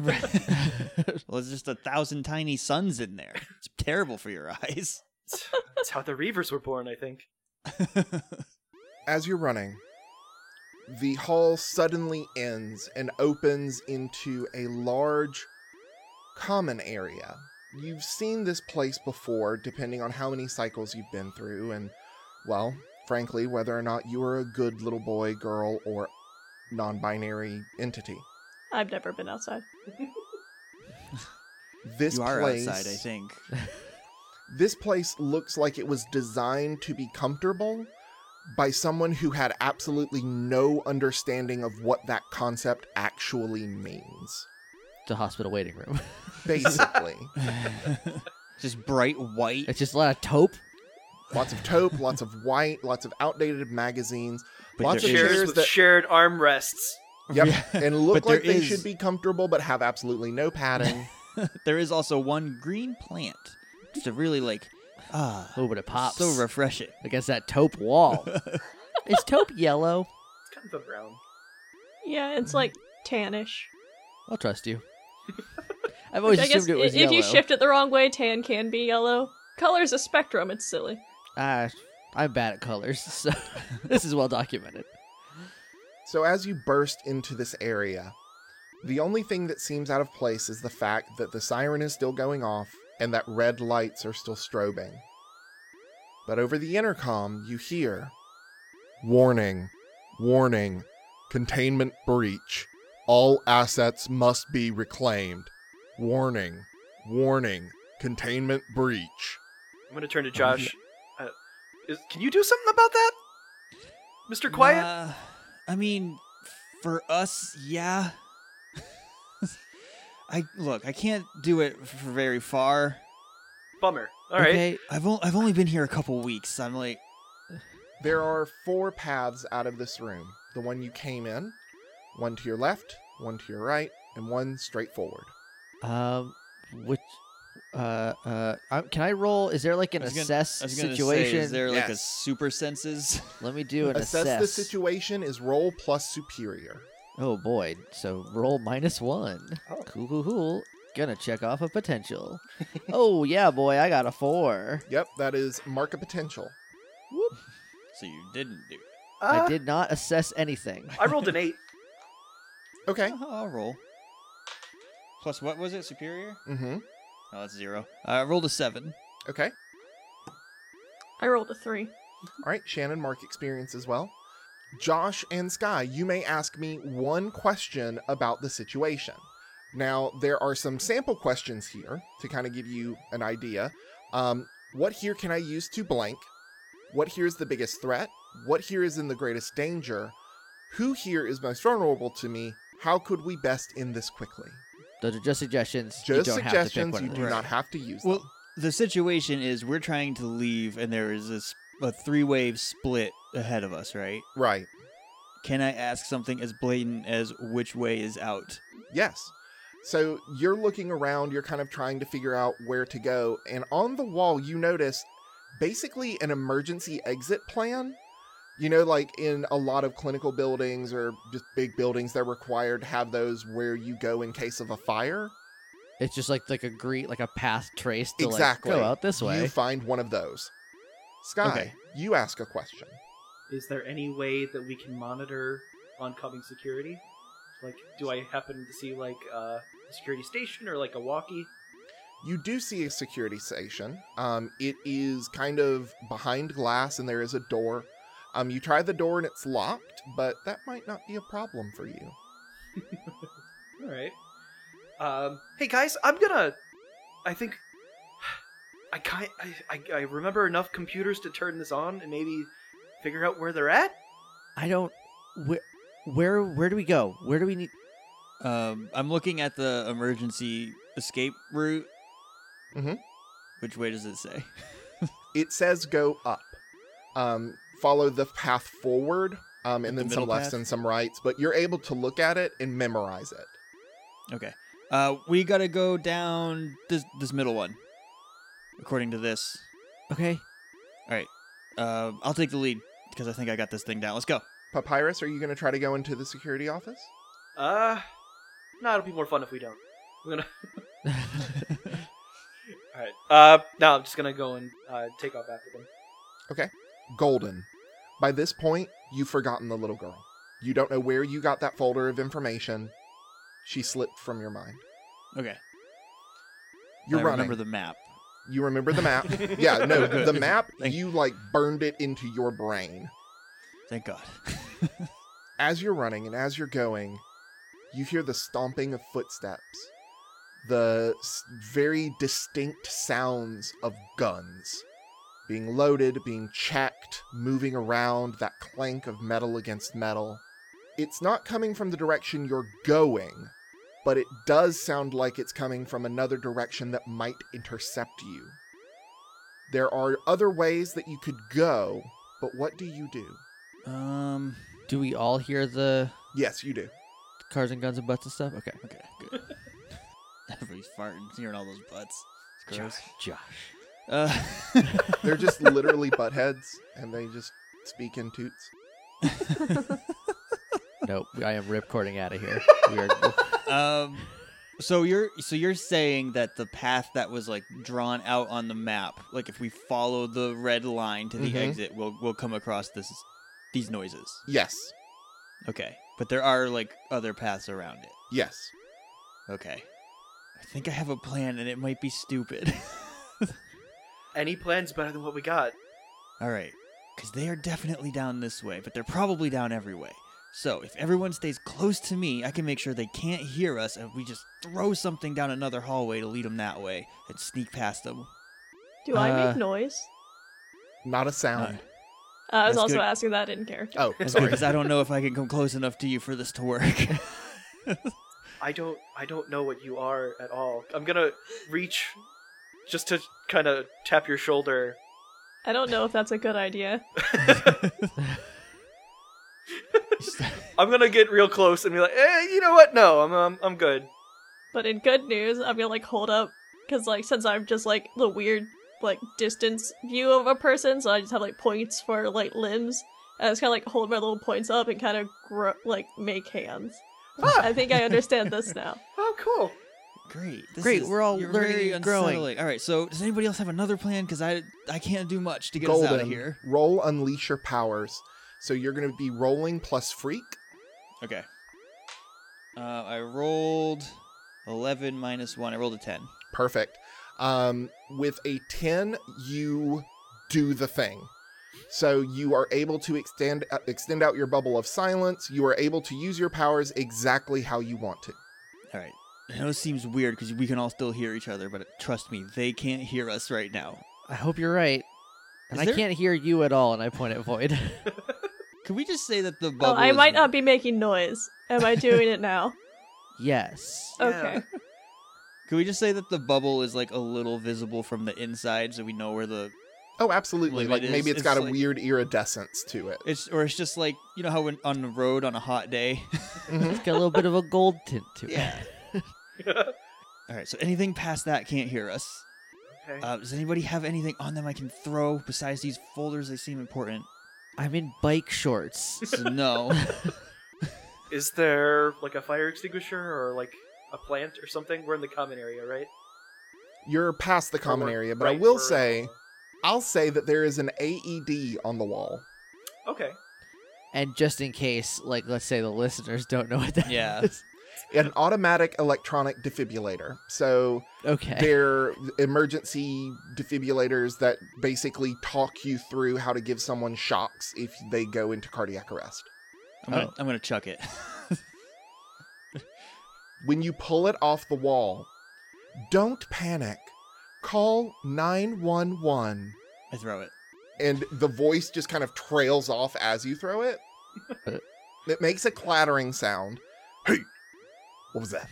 [SPEAKER 2] well, it's just a thousand tiny suns in there. It's terrible for your eyes.
[SPEAKER 5] That's how the Reavers were born, I think.
[SPEAKER 4] As you're running, the hall suddenly ends and opens into a large common area. You've seen this place before, depending on how many cycles you've been through, and, well, frankly, whether or not you are a good little boy, girl, or non binary entity.
[SPEAKER 3] I've never been outside.
[SPEAKER 4] This
[SPEAKER 2] you are
[SPEAKER 4] place,
[SPEAKER 2] outside, I think.
[SPEAKER 4] This place looks like it was designed to be comfortable by someone who had absolutely no understanding of what that concept actually means.
[SPEAKER 1] It's a hospital waiting room.
[SPEAKER 4] Basically,
[SPEAKER 2] just bright white,
[SPEAKER 1] It's just a lot of taupe.
[SPEAKER 4] lots of taupe, lots of white, lots of outdated magazines.
[SPEAKER 2] But
[SPEAKER 4] lots of
[SPEAKER 2] there is-
[SPEAKER 5] Chairs
[SPEAKER 4] chairs
[SPEAKER 5] with
[SPEAKER 4] that
[SPEAKER 5] shared armrests.
[SPEAKER 4] yep,
[SPEAKER 2] Yeah.
[SPEAKER 4] and look
[SPEAKER 2] But there
[SPEAKER 4] like they
[SPEAKER 2] is-
[SPEAKER 4] should be comfortable but have absolutely no padding.
[SPEAKER 2] there is also one green plant. Just a really like ah,
[SPEAKER 1] Oh, but it pops
[SPEAKER 2] so refreshing.
[SPEAKER 1] against that taupe wall. Is taupe yellow?
[SPEAKER 5] It's kind of a brown.
[SPEAKER 3] Yeah, it's like tannish.
[SPEAKER 1] I'll trust you. I've always
[SPEAKER 3] I guess
[SPEAKER 1] assumed it was
[SPEAKER 3] i- if
[SPEAKER 1] yellow.
[SPEAKER 3] you shift it the wrong way, tan can be yellow. Color's a spectrum. It's silly.
[SPEAKER 1] Ah, I'm bad at colors, so this is well documented.
[SPEAKER 4] So as you burst into this area, the only thing that seems out of place is the fact that the siren is still going off and that red lights are still strobing. But over the intercom, you hear Warning, warning, containment breach. All assets must be reclaimed. Warning, warning, containment breach.
[SPEAKER 5] I'm gonna turn to Josh. Uh, is, can you do something about that, Mister Quiet?
[SPEAKER 1] Uh,
[SPEAKER 2] Nah, Uh, I mean, for us, yeah. I look. I can't do it f- for very far.
[SPEAKER 5] Bummer. All right.
[SPEAKER 1] Okay.
[SPEAKER 2] I've only I've only been here a couple weeks. I'm like,
[SPEAKER 4] There are four paths out of this room the one you came in, one to your left, one to your right, and one straight forward.
[SPEAKER 1] Um, which, uh, uh, I, can I roll? Is there like an
[SPEAKER 2] I was gonna-
[SPEAKER 1] assess
[SPEAKER 2] I was gonna
[SPEAKER 1] situation?
[SPEAKER 2] Say, is there like a
[SPEAKER 4] Yes.
[SPEAKER 2] super senses?
[SPEAKER 1] Let me do an
[SPEAKER 4] Assess,
[SPEAKER 1] assess.
[SPEAKER 4] the situation is roll plus superior.
[SPEAKER 1] Oh boy! So roll minus one. Cool, cool, cool. Gonna check off a potential. oh yeah, boy! I got a four.
[SPEAKER 4] Yep, that is mark a potential.
[SPEAKER 2] So you didn't do it.
[SPEAKER 1] I
[SPEAKER 5] Uh,
[SPEAKER 1] did not assess anything.
[SPEAKER 5] I rolled an eight.
[SPEAKER 4] Okay.
[SPEAKER 2] Uh-huh, I'll roll. Plus what was it? Superior?
[SPEAKER 4] Mm-hmm.
[SPEAKER 2] Oh, that's zero. I rolled a seven.
[SPEAKER 4] Okay.
[SPEAKER 3] I rolled a three.
[SPEAKER 4] All right, Shannon, mark experience as well. Josh and Sky, you may ask me one question about the situation. Now, there are some sample questions here to kind of give you an idea. Um, what here can I use to blank? What here is the biggest threat? What here is in the greatest danger? Who here is most vulnerable to me? How could we best end this quickly?
[SPEAKER 1] Those are just suggestions. You
[SPEAKER 4] Just
[SPEAKER 1] don't have to pick
[SPEAKER 4] suggestions.
[SPEAKER 1] one
[SPEAKER 4] You
[SPEAKER 1] of
[SPEAKER 4] do
[SPEAKER 1] those.
[SPEAKER 4] not have to use
[SPEAKER 2] Well,
[SPEAKER 4] them.
[SPEAKER 2] the situation is we're trying to leave, and there is this a three-wave split ahead of us, right?
[SPEAKER 4] Right.
[SPEAKER 2] Can I ask something as blatant as which way is out?
[SPEAKER 4] Yes. So you're looking around, you're kind of trying to figure out where to go, and on the wall you notice basically an emergency exit plan. You know, like in a lot of clinical buildings or just big buildings, they're required to have those where you go in case of a fire.
[SPEAKER 1] It's just like like a greet, like a path trace to
[SPEAKER 4] exactly.
[SPEAKER 1] like go out this
[SPEAKER 4] You
[SPEAKER 1] way.
[SPEAKER 4] find one of those. Sky,
[SPEAKER 2] Okay.
[SPEAKER 4] you ask a question.
[SPEAKER 5] Is there any way that we can monitor oncoming security? Like, do I happen to see like uh, a security station or like a walkie?
[SPEAKER 4] You do see a security station. Um, it is kind of behind glass, and there is a door. Um, you try the door, and it's locked, but that might not be a problem for you.
[SPEAKER 5] All right. Um, hey guys, I'm gonna. I think I kind I, I I remember enough computers to turn this on and maybe figure out where they're at.
[SPEAKER 1] I don't. Where, where, where do we go? Where do we need?
[SPEAKER 2] Um, I'm looking at the emergency escape route.
[SPEAKER 4] Mhm.
[SPEAKER 2] Which way does it say?
[SPEAKER 4] It says go up, um, follow the path forward, um, and
[SPEAKER 2] The
[SPEAKER 4] then some
[SPEAKER 2] middle
[SPEAKER 4] lefts
[SPEAKER 2] path?
[SPEAKER 4] and some rights. But you're able to look at it and memorize it.
[SPEAKER 2] Okay. Uh, we gotta go down this this middle one. According to this,
[SPEAKER 1] Okay,
[SPEAKER 2] uh, I'll take the lead because I think I got this thing down. Let's go.
[SPEAKER 4] Papyrus, are you going to try to go into the security office?
[SPEAKER 5] Uh, no, it'll be more fun if we don't. I'm gonna. All right. Uh, no, I'm just gonna go and uh, take off after them.
[SPEAKER 4] Golden. By this point, you've forgotten the little girl. You don't know where you got that folder of information. She slipped from your mind.
[SPEAKER 2] Okay.
[SPEAKER 4] You're
[SPEAKER 2] I
[SPEAKER 4] running.
[SPEAKER 2] remember the map.
[SPEAKER 4] You remember the map? yeah, no,
[SPEAKER 2] Good.
[SPEAKER 4] the map,
[SPEAKER 2] Thank-
[SPEAKER 4] you like burned it into your brain.
[SPEAKER 2] Thank God.
[SPEAKER 4] As you're running and as you're going, you hear the stomping of footsteps, the s- very distinct sounds of guns being loaded, being checked, moving around, that clank of metal against metal. It's not coming from the direction you're going, but it does sound like it's coming from another direction that might intercept you. There are other ways that you could go, but what do you do?
[SPEAKER 2] um.
[SPEAKER 1] do we all hear the
[SPEAKER 4] Yes, you do.
[SPEAKER 1] cars and guns and butts and stuff? Okay,
[SPEAKER 2] Okay. Good. Everybody's farting, hearing all those butts. It's gross.
[SPEAKER 1] Josh.
[SPEAKER 2] Uh,
[SPEAKER 4] They're just literally butt heads, and they just speak in toots.
[SPEAKER 1] Nope, I am ripcording out of here. We are.
[SPEAKER 2] um. So you're so you're saying that the path that was like drawn out on the map, like if we follow the red line to the
[SPEAKER 4] Mhm.
[SPEAKER 2] exit, we'll we'll come across this these noises.
[SPEAKER 4] Yes,
[SPEAKER 2] Okay. But there are like other paths around it.
[SPEAKER 4] yes.
[SPEAKER 2] Okay. I think I have a plan and it might be stupid.
[SPEAKER 5] Any plan's better than what we got.
[SPEAKER 2] All right. Because they are definitely down this way, but they're probably down every way. So if everyone stays close to me, I can make sure they can't hear us and we just throw something down another hallway to lead them that way and sneak past them.
[SPEAKER 3] Do I
[SPEAKER 1] Uh,
[SPEAKER 3] make noise?
[SPEAKER 4] Not a sound.
[SPEAKER 3] Uh, I was
[SPEAKER 2] that's
[SPEAKER 3] also
[SPEAKER 2] good.
[SPEAKER 3] asking that in character.
[SPEAKER 4] Oh, sorry.
[SPEAKER 2] Because I don't know if I can come close enough to you for this to work.
[SPEAKER 5] I don't I don't know what you are at all. I'm gonna reach just to kind of tap your shoulder.
[SPEAKER 3] I don't know if that's a good idea.
[SPEAKER 5] I'm gonna get real close and be like, eh, you know what? No, I'm um, I'm good.
[SPEAKER 3] But in good news, I'm gonna like hold up because like since I'm just like the weird like distance view of a person, so I just have like points for like limbs. And I just kind of like hold my little points up and kind of gro- like make hands.
[SPEAKER 5] Ah,
[SPEAKER 3] I think I understand this now.
[SPEAKER 5] oh, cool.
[SPEAKER 2] great. This
[SPEAKER 1] Great,
[SPEAKER 2] is-
[SPEAKER 1] we're all
[SPEAKER 2] you're
[SPEAKER 1] learning
[SPEAKER 2] very
[SPEAKER 1] and growing.
[SPEAKER 2] unsettling. All right, so does anybody else have another plan? Because I I can't do much to get us out of
[SPEAKER 4] Golden,
[SPEAKER 2] here.
[SPEAKER 4] roll unleash your powers. So you're going to be rolling plus freak.
[SPEAKER 2] Okay. Uh, I rolled eleven minus one. I rolled a ten.
[SPEAKER 4] Perfect. Um, with a 10, you do the thing. So you are able to extend uh, extend out your bubble of silence. You are able to use your powers exactly how you want to.
[SPEAKER 2] All right. I know it seems weird because we can all still hear each other, but trust me, they can't hear us right now.
[SPEAKER 1] I hope you're right. And
[SPEAKER 2] Is
[SPEAKER 1] I
[SPEAKER 2] there-
[SPEAKER 1] can't hear you at all, and I point at Void.
[SPEAKER 2] Can we just say that the bubble?
[SPEAKER 3] Oh, I
[SPEAKER 2] is-
[SPEAKER 3] might not be making noise. Am I doing it now?
[SPEAKER 1] yes.
[SPEAKER 5] Yeah.
[SPEAKER 3] Okay.
[SPEAKER 2] Can we just say that the bubble is like a little visible from the inside, so we know where the
[SPEAKER 4] Oh, absolutely.
[SPEAKER 2] Limit
[SPEAKER 4] Like
[SPEAKER 2] is-
[SPEAKER 4] maybe it's
[SPEAKER 2] it's
[SPEAKER 4] got a
[SPEAKER 2] like-
[SPEAKER 4] weird iridescence to it.
[SPEAKER 2] it's, or it's just like you know how when on the road on a hot day.
[SPEAKER 4] Mhm.
[SPEAKER 1] It's got a little bit of a gold tint to it.
[SPEAKER 2] all right. So anything past that can't hear us.
[SPEAKER 5] okay.
[SPEAKER 2] Uh, does anybody have anything on them I can throw besides these folders? They seem important.
[SPEAKER 1] I'm in bike shorts.
[SPEAKER 2] So no.
[SPEAKER 5] Is there like a fire extinguisher or like a plant or something? We're in the common area, right?
[SPEAKER 4] You're past the common
[SPEAKER 5] Or we're-
[SPEAKER 4] area, but I
[SPEAKER 5] right,
[SPEAKER 4] will
[SPEAKER 5] we're-
[SPEAKER 4] say, I'll say that there is an AED on the wall.
[SPEAKER 5] Okay.
[SPEAKER 1] and just in case, like, let's say the listeners don't know what that is.
[SPEAKER 2] Yeah.
[SPEAKER 4] an automatic electronic defibrillator. So
[SPEAKER 1] Okay.
[SPEAKER 4] they're emergency defibrillators that basically talk you through how to give someone shocks if they go into cardiac arrest.
[SPEAKER 2] I'm gonna,
[SPEAKER 1] Oh.
[SPEAKER 2] I'm gonna chuck it.
[SPEAKER 4] When you pull it off the wall, don't panic. Call 911.
[SPEAKER 2] I throw it.
[SPEAKER 4] And the voice just kind of trails off as you throw it. it makes a clattering sound. Hey, what was that?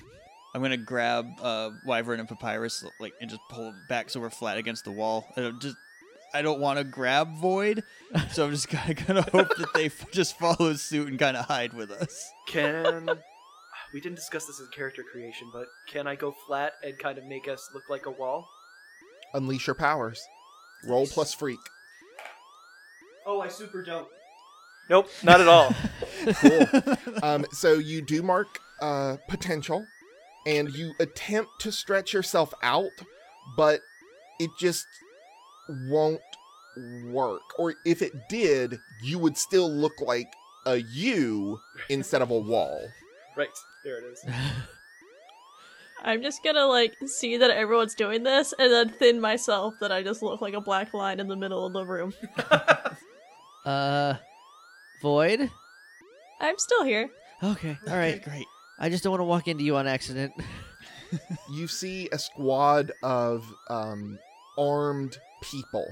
[SPEAKER 2] I'm gonna grab uh, Wyvern and Papyrus like and just pull them back so we're flat against the wall. I don't just I don't want to grab Void, so I'm just kind of gonna hope that they f- just follow suit and kind of hide with us.
[SPEAKER 5] Can we didn't discuss this in character creation, but can I go flat and kind of make us look like a wall?
[SPEAKER 4] Unleash your powers. Roll plus freak.
[SPEAKER 5] Oh, I super don't. Nope, not at all.
[SPEAKER 4] cool. Um, so you do mark uh, potential, and you attempt to stretch yourself out, but it just won't work. Or if it did, you would still look like a you instead of a wall.
[SPEAKER 5] right there it is.
[SPEAKER 3] I'm just gonna like see that everyone's doing this and then thin myself that I just look like a black line in the middle of the room.
[SPEAKER 1] uh, Void?
[SPEAKER 3] I'm still here.
[SPEAKER 1] Okay. All right.
[SPEAKER 2] great.
[SPEAKER 1] I just don't want to walk into you on accident.
[SPEAKER 4] You see a squad of um, armed people.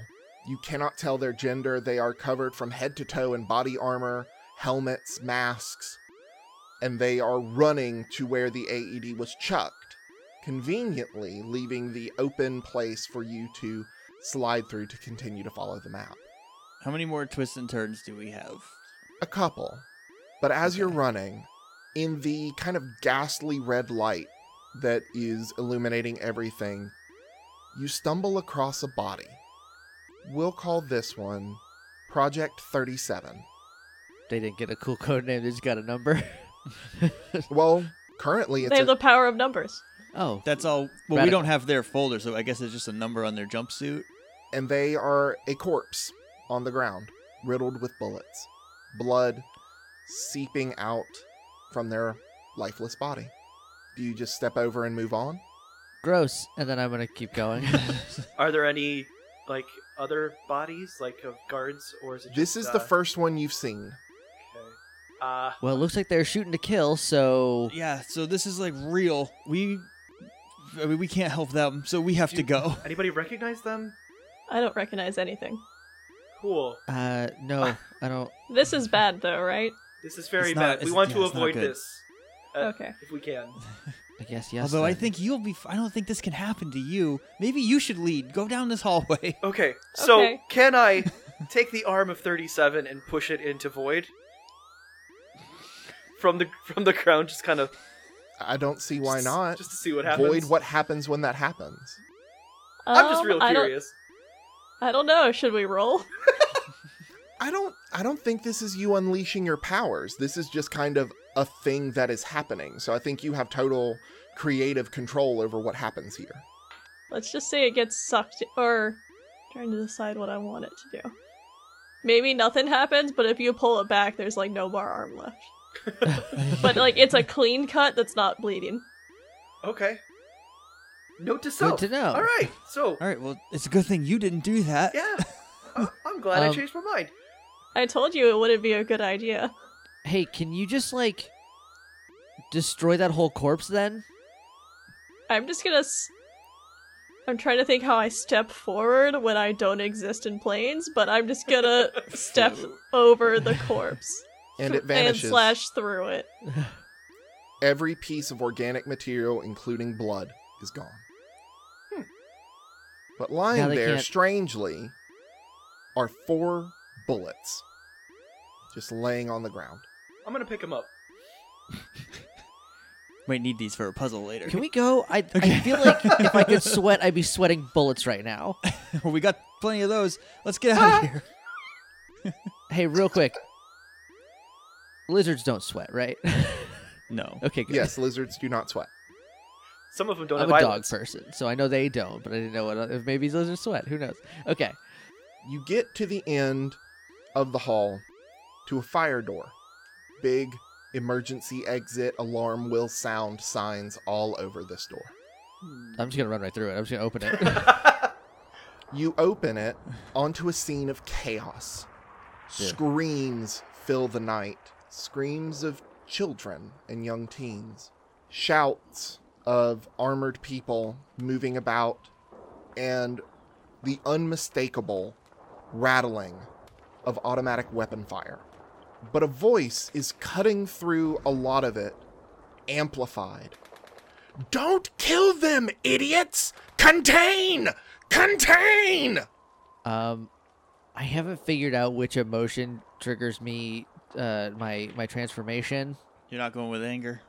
[SPEAKER 4] You cannot tell their gender. They are covered from head to toe in body armor, helmets, masks, and they are running to where the AED was chucked, conveniently leaving the open place for you to slide through to continue to follow the map.
[SPEAKER 2] How many more twists and turns do we have?
[SPEAKER 4] A couple. But as you're
[SPEAKER 2] Okay.
[SPEAKER 4] running, in the kind of ghastly red light that is illuminating everything, you stumble across a body. We'll call this one Project 37.
[SPEAKER 1] they didn't get a cool code name, they just got a number.
[SPEAKER 4] Well, currently
[SPEAKER 3] they
[SPEAKER 4] it's
[SPEAKER 3] have
[SPEAKER 4] a,
[SPEAKER 3] the power of numbers.
[SPEAKER 1] oh.
[SPEAKER 2] That's all. Well, we
[SPEAKER 1] Radical.
[SPEAKER 2] don't have their folder, so I guess it's just a number on their jumpsuit.
[SPEAKER 4] and they are a corpse on the ground, riddled with bullets, blood seeping out from their lifeless body. Do you just step over and move on?
[SPEAKER 1] Gross. And then I'm going to keep going.
[SPEAKER 5] Are there any like other bodies, like of guards, or is it?
[SPEAKER 4] This
[SPEAKER 5] just,
[SPEAKER 4] is
[SPEAKER 5] uh,
[SPEAKER 4] the first one you've seen.
[SPEAKER 5] Okay. Uh,
[SPEAKER 1] well, it looks like they're shooting to kill, so.
[SPEAKER 2] Yeah. So this is like real. We. I mean, we can't help them, so we have to
[SPEAKER 5] Do-
[SPEAKER 2] go.
[SPEAKER 5] anybody recognize them?
[SPEAKER 3] I don't recognize anything.
[SPEAKER 5] Cool.
[SPEAKER 1] Uh, no, I don't.
[SPEAKER 3] This is bad though, right?
[SPEAKER 5] This is very
[SPEAKER 2] It's not-
[SPEAKER 5] bad. We
[SPEAKER 2] it's-
[SPEAKER 5] want
[SPEAKER 2] yeah,
[SPEAKER 5] to
[SPEAKER 2] it's not
[SPEAKER 5] avoid
[SPEAKER 2] good.
[SPEAKER 5] this Uh,
[SPEAKER 3] okay.
[SPEAKER 5] if we can.
[SPEAKER 1] I guess yes.
[SPEAKER 2] Although I
[SPEAKER 1] then.
[SPEAKER 2] think you'll be. f- I don't think this can happen to you. Maybe you should lead. Go down this hallway.
[SPEAKER 5] Okay. So
[SPEAKER 3] Okay.
[SPEAKER 5] can I take the arm of 37 and push it into void? From the from the ground, just kind of
[SPEAKER 4] I don't see why
[SPEAKER 5] just-
[SPEAKER 4] not.
[SPEAKER 5] Just to see what happens.
[SPEAKER 4] Void what happens when that happens.
[SPEAKER 5] I'm just
[SPEAKER 3] Um,
[SPEAKER 5] real
[SPEAKER 3] I don't-
[SPEAKER 5] curious.
[SPEAKER 3] I don't know. Should we roll?
[SPEAKER 4] I don't I don't think this is you unleashing your powers. This is just kind of a thing that is happening. So I think you have total creative control over what happens here.
[SPEAKER 3] Let's just say it gets sucked or trying to decide what I want it to do. Maybe nothing happens, but if you pull it back, there's like no bar arm left. But like it's a clean cut that's not bleeding.
[SPEAKER 5] Okay. Note to self.
[SPEAKER 1] to know.
[SPEAKER 5] All right. So,
[SPEAKER 2] All right, well, it's a good thing you didn't do that.
[SPEAKER 5] yeah. I- I'm glad I
[SPEAKER 1] Um,
[SPEAKER 5] changed my mind.
[SPEAKER 3] I told you it wouldn't be a good idea.
[SPEAKER 1] Hey, can you just like destroy that whole corpse then?
[SPEAKER 3] I'm just gonna. S- I'm trying to think how I step forward when I don't exist in planes, but I'm just gonna step over the corpse
[SPEAKER 4] And it
[SPEAKER 3] and
[SPEAKER 4] vanishes.
[SPEAKER 3] slash through it.
[SPEAKER 4] Every piece of organic material, including blood, is gone. But lying
[SPEAKER 1] they
[SPEAKER 4] there,
[SPEAKER 1] can't-
[SPEAKER 4] strangely, are four bullets just laying on the ground.
[SPEAKER 5] I'm going to pick him up.
[SPEAKER 2] Might need these for a puzzle later.
[SPEAKER 1] Can we go? I
[SPEAKER 2] Okay.
[SPEAKER 1] I feel like if I could sweat, I'd be sweating bullets right now.
[SPEAKER 2] Well, we Ah. got plenty of those. Let's get out of here.
[SPEAKER 1] Hey, real quick. Lizards don't sweat, right?
[SPEAKER 2] No.
[SPEAKER 1] okay, good.
[SPEAKER 4] Yes, lizards do not sweat.
[SPEAKER 5] Some of them don't
[SPEAKER 1] I'm a
[SPEAKER 5] have
[SPEAKER 1] dog
[SPEAKER 5] eyelids.
[SPEAKER 1] person, so I know they don't, but I didn't know what if maybe lizards sweat. Who knows? Okay.
[SPEAKER 4] You get to the end of the hall to a fire door. Big emergency exit alarm will sound signs all over this door.
[SPEAKER 1] I'm just gonna run right through it. I'm just gonna open it.
[SPEAKER 4] You open it onto a scene of chaos.
[SPEAKER 1] Yeah.
[SPEAKER 4] Screams fill the night. Screams of children and young teens. Shouts of armored people moving about. And the unmistakable rattling of automatic weapon fire. But a voice is cutting through a lot of it, amplified. Don't kill them, idiots! Contain! Contain!
[SPEAKER 1] um, I haven't figured out which emotion triggers me uh my my transformation.
[SPEAKER 2] You're not going with anger.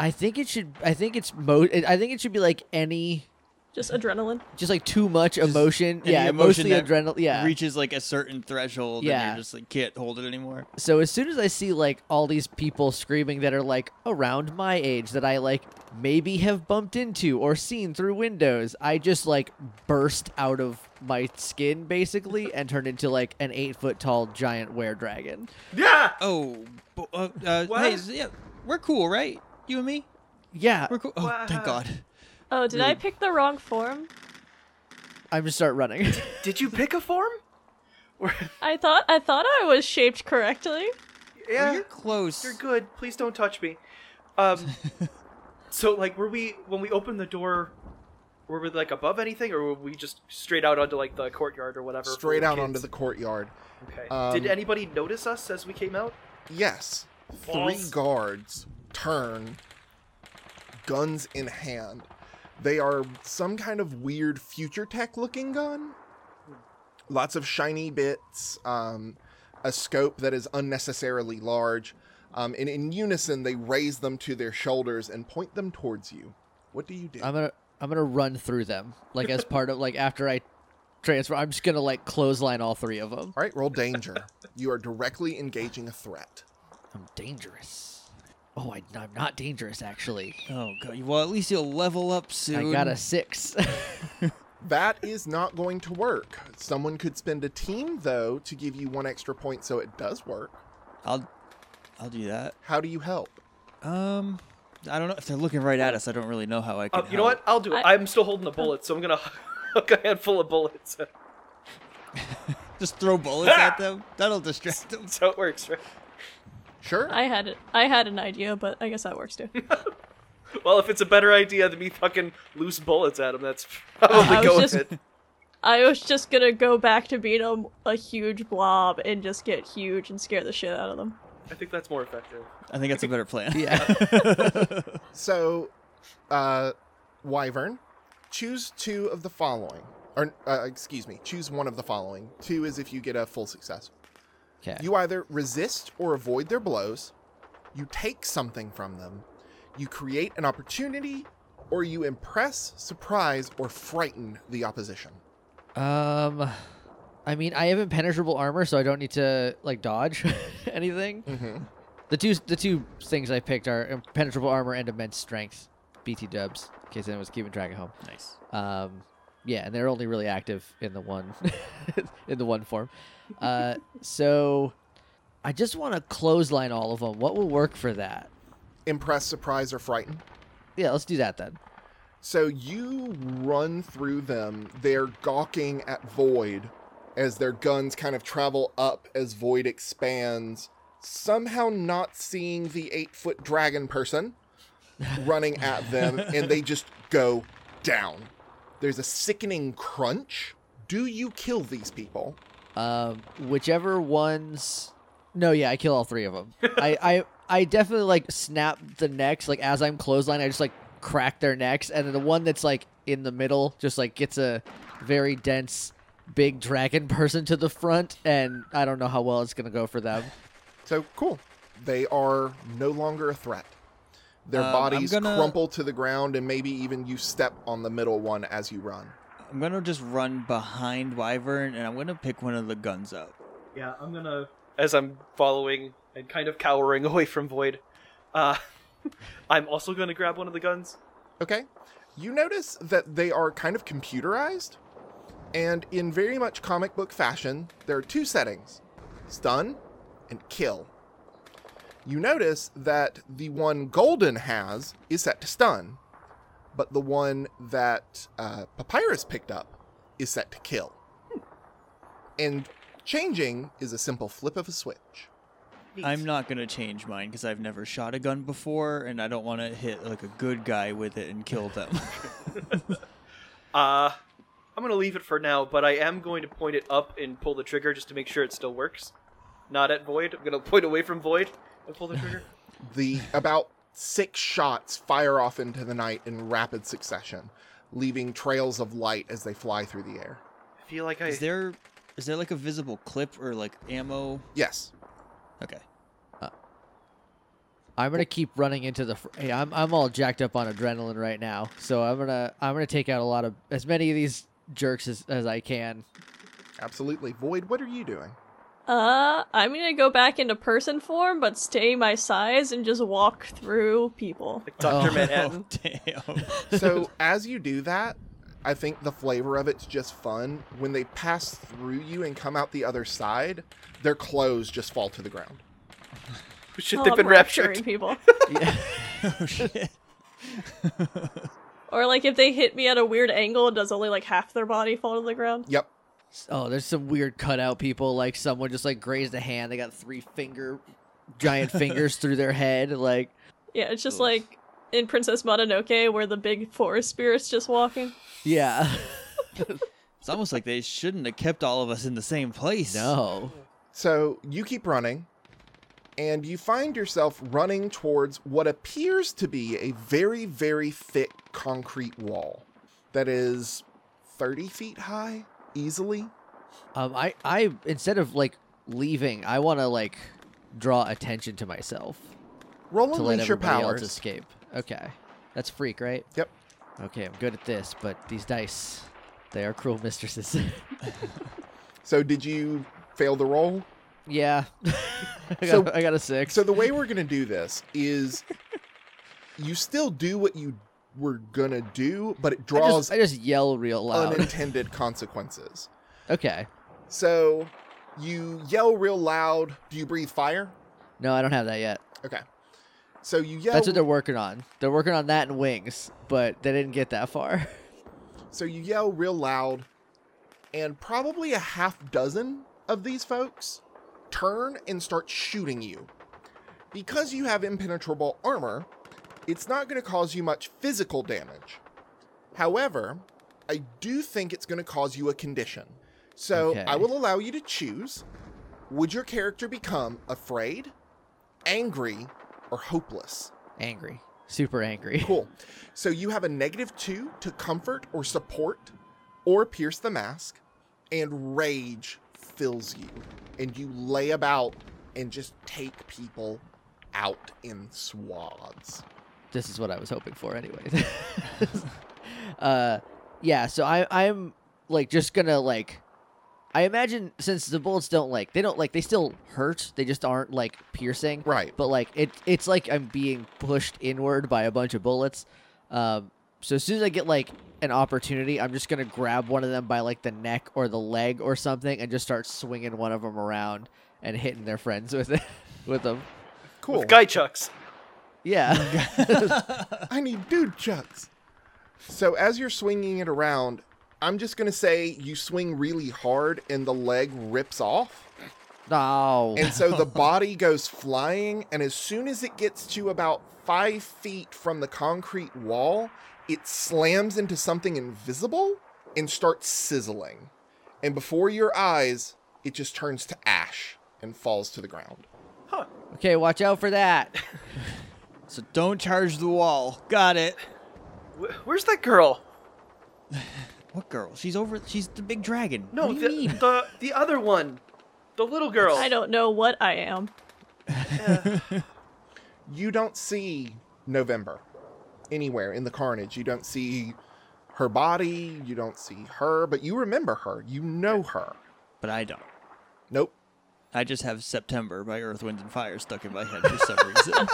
[SPEAKER 1] I think it should. I think it's mo. I think it should be like any,
[SPEAKER 3] Just adrenaline.
[SPEAKER 1] just like too much
[SPEAKER 2] Just
[SPEAKER 1] emotion.
[SPEAKER 2] any
[SPEAKER 1] Yeah,
[SPEAKER 2] emotion
[SPEAKER 1] mostly
[SPEAKER 2] that
[SPEAKER 1] adrenaline. Yeah.
[SPEAKER 2] Reaches like a certain threshold and
[SPEAKER 1] Yeah.
[SPEAKER 2] you're just like can't hold it anymore.
[SPEAKER 1] so as soon as I see like all these people screaming that are like around my age that I like maybe have bumped into or seen through windows, I just like burst out of my skin basically and turn into like an eight foot tall giant were dragon.
[SPEAKER 5] Yeah.
[SPEAKER 2] Oh, bo- uh, uh,
[SPEAKER 5] What?
[SPEAKER 2] hey, s- yeah, we're cool, right? You and me?
[SPEAKER 1] Yeah,
[SPEAKER 2] We're cool. Oh, thank
[SPEAKER 5] Wow.
[SPEAKER 2] God.
[SPEAKER 3] Oh, did
[SPEAKER 4] Mm.
[SPEAKER 3] I pick the wrong form?
[SPEAKER 1] I'm just start running.
[SPEAKER 5] Did you pick a form?
[SPEAKER 3] I thought I thought I was shaped correctly.
[SPEAKER 5] yeah.
[SPEAKER 2] Well, you're close.
[SPEAKER 5] You're good. Please don't touch me. Um, so like, were we when we opened the door? Were we like above anything, or were we just straight out onto like the courtyard or whatever? for
[SPEAKER 4] Straight
[SPEAKER 5] the
[SPEAKER 4] out
[SPEAKER 5] kids?
[SPEAKER 4] onto the courtyard.
[SPEAKER 5] Okay.
[SPEAKER 4] um,
[SPEAKER 5] Did anybody notice us as we came out?
[SPEAKER 4] Yes. Three
[SPEAKER 5] False.
[SPEAKER 4] guards turn, guns in hand. They are some kind of weird future tech looking gun. Lots of shiny bits, um, a scope that is unnecessarily large. Um, and in unison, they raise them to their shoulders and point them towards you. What do you do?
[SPEAKER 1] I'm gonna I'm gonna run through them like as part of like after I transfer. I'm just gonna like clothesline all three of them.
[SPEAKER 4] All right, roll danger. you are directly engaging a threat.
[SPEAKER 1] I'm dangerous. Oh, I, am not dangerous actually.
[SPEAKER 2] Oh God. Well, at least you'll level up soon.
[SPEAKER 1] I got a six.
[SPEAKER 4] That is not going to work. Someone could spend a team, though, to give you one extra point so it does work.
[SPEAKER 2] I'll, I'll do that.
[SPEAKER 4] How do you help?
[SPEAKER 2] Um, I don't know if they're looking right at us. I don't really know how I
[SPEAKER 5] Uh,
[SPEAKER 2] can.
[SPEAKER 5] you know
[SPEAKER 2] help.
[SPEAKER 5] what? I'll do it.
[SPEAKER 3] I-
[SPEAKER 5] I'm still holding the bullets, so I'm gonna hook a handful of bullets. That's
[SPEAKER 2] Just throw bullets at them. That'll distract them.
[SPEAKER 5] how it works, right?
[SPEAKER 4] Sure.
[SPEAKER 3] I had it. I had an idea, but I guess that works too.
[SPEAKER 5] Well, if it's a better idea than me fucking loose bullets at him, that's probably
[SPEAKER 3] I was
[SPEAKER 5] go with
[SPEAKER 3] just-
[SPEAKER 5] it.
[SPEAKER 3] I was just gonna go back to being a, a huge blob and just get huge and scare the shit out of them.
[SPEAKER 5] I think that's more effective.
[SPEAKER 2] I think that's a better plan.
[SPEAKER 1] yeah.
[SPEAKER 4] So, uh, Wyvern, choose two of the following. Or, uh, excuse me, choose one of the following. Two is if you get a full success.
[SPEAKER 1] Okay.
[SPEAKER 4] You either resist or avoid their blows, you take something from them, you create an opportunity, or you impress, surprise, or frighten the opposition.
[SPEAKER 1] Um, I mean, I have impenetrable armor, so I don't need to like dodge anything.
[SPEAKER 4] Mm-hmm.
[SPEAKER 1] The two the two things I picked are impenetrable armor and immense strength. BT dubs, in case anyone's keeping track at home.
[SPEAKER 2] Nice.
[SPEAKER 1] Um, yeah, and they're only really active in the one in the one form. Uh, so I just want to clothesline all of them. What will work for that?
[SPEAKER 4] Impress, surprise, or frighten.
[SPEAKER 1] Yeah, let's do that then.
[SPEAKER 4] So you run through them. They're gawking at Void as their guns kind of travel up as Void expands, somehow not seeing the eight foot dragon person running at them, and they just go down. There's a sickening crunch. Do you kill these people?
[SPEAKER 1] Um, whichever ones. No, yeah, I kill all three of them. I, I, I definitely like snap the necks. Like as I'm clothesline, I just like crack their necks, and then the one that's like in the middle just like gets a very dense, big dragon person to the front, and I don't know how well it's gonna go for them.
[SPEAKER 4] So cool. They are no longer a threat. Their
[SPEAKER 2] Um, I'm
[SPEAKER 4] bodies
[SPEAKER 2] gonna-
[SPEAKER 4] crumple to the ground, and maybe even you step on the middle one as you run.
[SPEAKER 2] I'm gonna just run behind Wyvern and I'm gonna pick one of the guns up.
[SPEAKER 5] Yeah, I'm gonna. As I'm following and kind of cowering away from Void, uh, I'm also gonna grab one of the guns.
[SPEAKER 4] Okay. You notice that they are kind of computerized, and in very much comic book fashion, there are two settings stun and kill. You notice that the one Golden has is set to stun, but the one that uh, Papyrus picked up is set to kill. And changing is a simple flip of a switch.
[SPEAKER 2] I'm not gonna change mine because I've never shot a gun before and I don't want to hit like a good guy with it and kill them.
[SPEAKER 5] Uh, I'm gonna leave it for now, but I am going to point it up and pull the trigger just to make sure it still works. Not at Void. I'm gonna point away from Void and pull the trigger.
[SPEAKER 4] the about six shots fire off into the night in rapid succession, leaving trails of light as they fly through the air.
[SPEAKER 5] I feel like I.
[SPEAKER 2] is there is there like a visible clip or like ammo?
[SPEAKER 4] Yes.
[SPEAKER 2] Okay.
[SPEAKER 1] I'm gonna keep running into the. Fr- hey, I'm I'm all jacked up on adrenaline right now, so I'm gonna I'm gonna take out a lot of as many of these jerks as, as I can.
[SPEAKER 4] Absolutely. Void, what are you doing?
[SPEAKER 3] Uh, I'm gonna go back into person form, but stay my size and just walk through people.
[SPEAKER 5] Like Dr.
[SPEAKER 1] Oh.
[SPEAKER 5] Manhattan.
[SPEAKER 2] Oh damn.
[SPEAKER 4] So, as you do that, I think the flavor of it's just fun. When they pass through you and come out the other side, their clothes just fall to the ground.
[SPEAKER 5] Shit,
[SPEAKER 3] Oh,
[SPEAKER 5] they've
[SPEAKER 3] I'm
[SPEAKER 5] been
[SPEAKER 3] rapturing
[SPEAKER 5] raptured.
[SPEAKER 3] people.
[SPEAKER 1] Yeah.
[SPEAKER 2] oh shit.
[SPEAKER 3] or like if they hit me at a weird angle, does only like half their body fall to the ground?
[SPEAKER 4] Yep.
[SPEAKER 1] Oh, there's some weird cutout people. Like someone just like grazed a hand. They got three finger, giant fingers through their head. Like
[SPEAKER 3] Yeah, it's just
[SPEAKER 2] Oof.
[SPEAKER 3] like in Princess Mononoke where the big forest spirit's just walking.
[SPEAKER 1] yeah,
[SPEAKER 2] It's almost like they shouldn't have kept all of us in the same place.
[SPEAKER 1] no.
[SPEAKER 4] So you keep running, and you find yourself running towards what appears to be a very, very thick concrete wall that is 30 feet high easily.
[SPEAKER 1] Um, I I instead of like leaving, I want to like draw attention to myself
[SPEAKER 4] Roll
[SPEAKER 1] to
[SPEAKER 4] and
[SPEAKER 1] let
[SPEAKER 4] unleash your
[SPEAKER 1] everybody
[SPEAKER 4] powers.
[SPEAKER 1] else escape. Okay, that's freak, right?
[SPEAKER 4] Yep.
[SPEAKER 1] Okay, I'm good at this, but these dice, they are cruel mistresses.
[SPEAKER 4] So did you fail the roll?
[SPEAKER 1] yeah. I, got,
[SPEAKER 4] So-
[SPEAKER 1] I got a six.
[SPEAKER 4] So the way we're gonna do this is you still do what you were gonna do, but it
[SPEAKER 1] I
[SPEAKER 4] draws
[SPEAKER 1] just, I just yell real loud.
[SPEAKER 4] unintended consequences.
[SPEAKER 1] okay.
[SPEAKER 4] So you yell real loud. Do you breathe fire?
[SPEAKER 1] No, I don't have that yet.
[SPEAKER 4] Okay. So you yell.
[SPEAKER 1] That's what they're working on. They're working on that and wings, but they didn't get that far.
[SPEAKER 4] So you yell real loud, and probably a half dozen of these folks turn and start shooting you. Because you have impenetrable armor, it's not going to cause you much physical damage. However, I do think it's going to cause you a condition. So
[SPEAKER 1] Okay.
[SPEAKER 4] I will allow you to choose. Would your character become afraid, angry, or hopeless?
[SPEAKER 1] Angry. Super angry.
[SPEAKER 4] Cool. So you have a negative two to comfort or support or pierce the mask, and rage fills you. And you lay about and just take people out in swaths.
[SPEAKER 1] This is what I was hoping for anyway. uh yeah, so I I'm like just gonna like I imagine since the bullets don't like they don't like they still hurt. They just aren't like piercing.
[SPEAKER 4] Right.
[SPEAKER 1] But like it, it's like I'm being pushed inward by a bunch of bullets. Um, so as soon as I get like an opportunity, I'm just gonna grab one of them by like the neck or the leg or something, and just start swinging one of them around and hitting their friends with it, with them.
[SPEAKER 4] Cool.
[SPEAKER 5] With guy chucks.
[SPEAKER 1] Yeah.
[SPEAKER 4] I need dude chucks. So as you're swinging it around, I'm just gonna say you swing really hard and the leg rips off.
[SPEAKER 1] no.
[SPEAKER 4] And so the body goes flying, and as soon as it gets to about five feet from the concrete wall, it slams into something invisible and starts sizzling. And before your eyes, it just turns to ash and falls to the ground.
[SPEAKER 1] Okay, watch out for that.
[SPEAKER 2] So don't charge the wall. Got it.
[SPEAKER 5] Wh- where's that girl?
[SPEAKER 2] What girl? She's over. She's the big dragon.
[SPEAKER 5] No,
[SPEAKER 2] What do
[SPEAKER 5] the,
[SPEAKER 2] you mean?
[SPEAKER 5] the the other one, the little girl.
[SPEAKER 3] I don't know what I am.
[SPEAKER 4] You don't see November anywhere in the carnage. You don't see her body, you don't see her, but you remember her. You know her.
[SPEAKER 2] But I don't.
[SPEAKER 4] Nope.
[SPEAKER 2] I just have September by Earth, Wind, and Fire stuck in my head for some reason.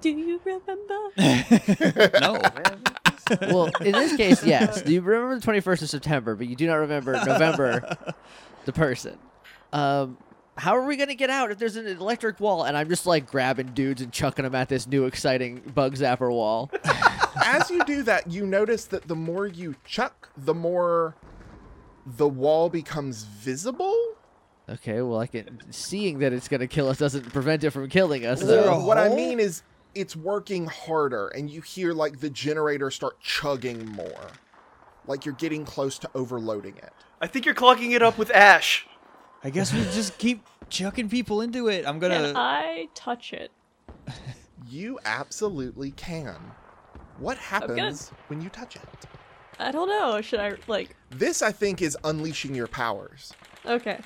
[SPEAKER 3] Do you remember?
[SPEAKER 2] no.
[SPEAKER 1] well, in this case, yes. You remember the 21st of September, but you do not remember November, the person. Um, how are we going to get out if there's an electric wall and I'm just like grabbing dudes and chucking them at this new exciting bug zapper wall?
[SPEAKER 4] as you do that, you notice that the more you chuck, the more the wall becomes visible.
[SPEAKER 1] okay, well, I can. Seeing that it's going to kill us doesn't prevent it from killing us,
[SPEAKER 2] there
[SPEAKER 1] though.
[SPEAKER 2] a
[SPEAKER 4] what I
[SPEAKER 2] hole?
[SPEAKER 4] mean is it's working harder and you hear like the generator start chugging more. Like you're getting close to overloading it.
[SPEAKER 5] I think you're clogging it up with ash.
[SPEAKER 2] I guess we just keep chucking people into it. I'm
[SPEAKER 3] Can
[SPEAKER 2] gonna.
[SPEAKER 3] I touch it?
[SPEAKER 4] You absolutely can. What
[SPEAKER 3] gonna-
[SPEAKER 4] happens when you touch it?
[SPEAKER 3] I don't know. Should I like?
[SPEAKER 4] This I think is unleashing your powers.
[SPEAKER 3] Okay.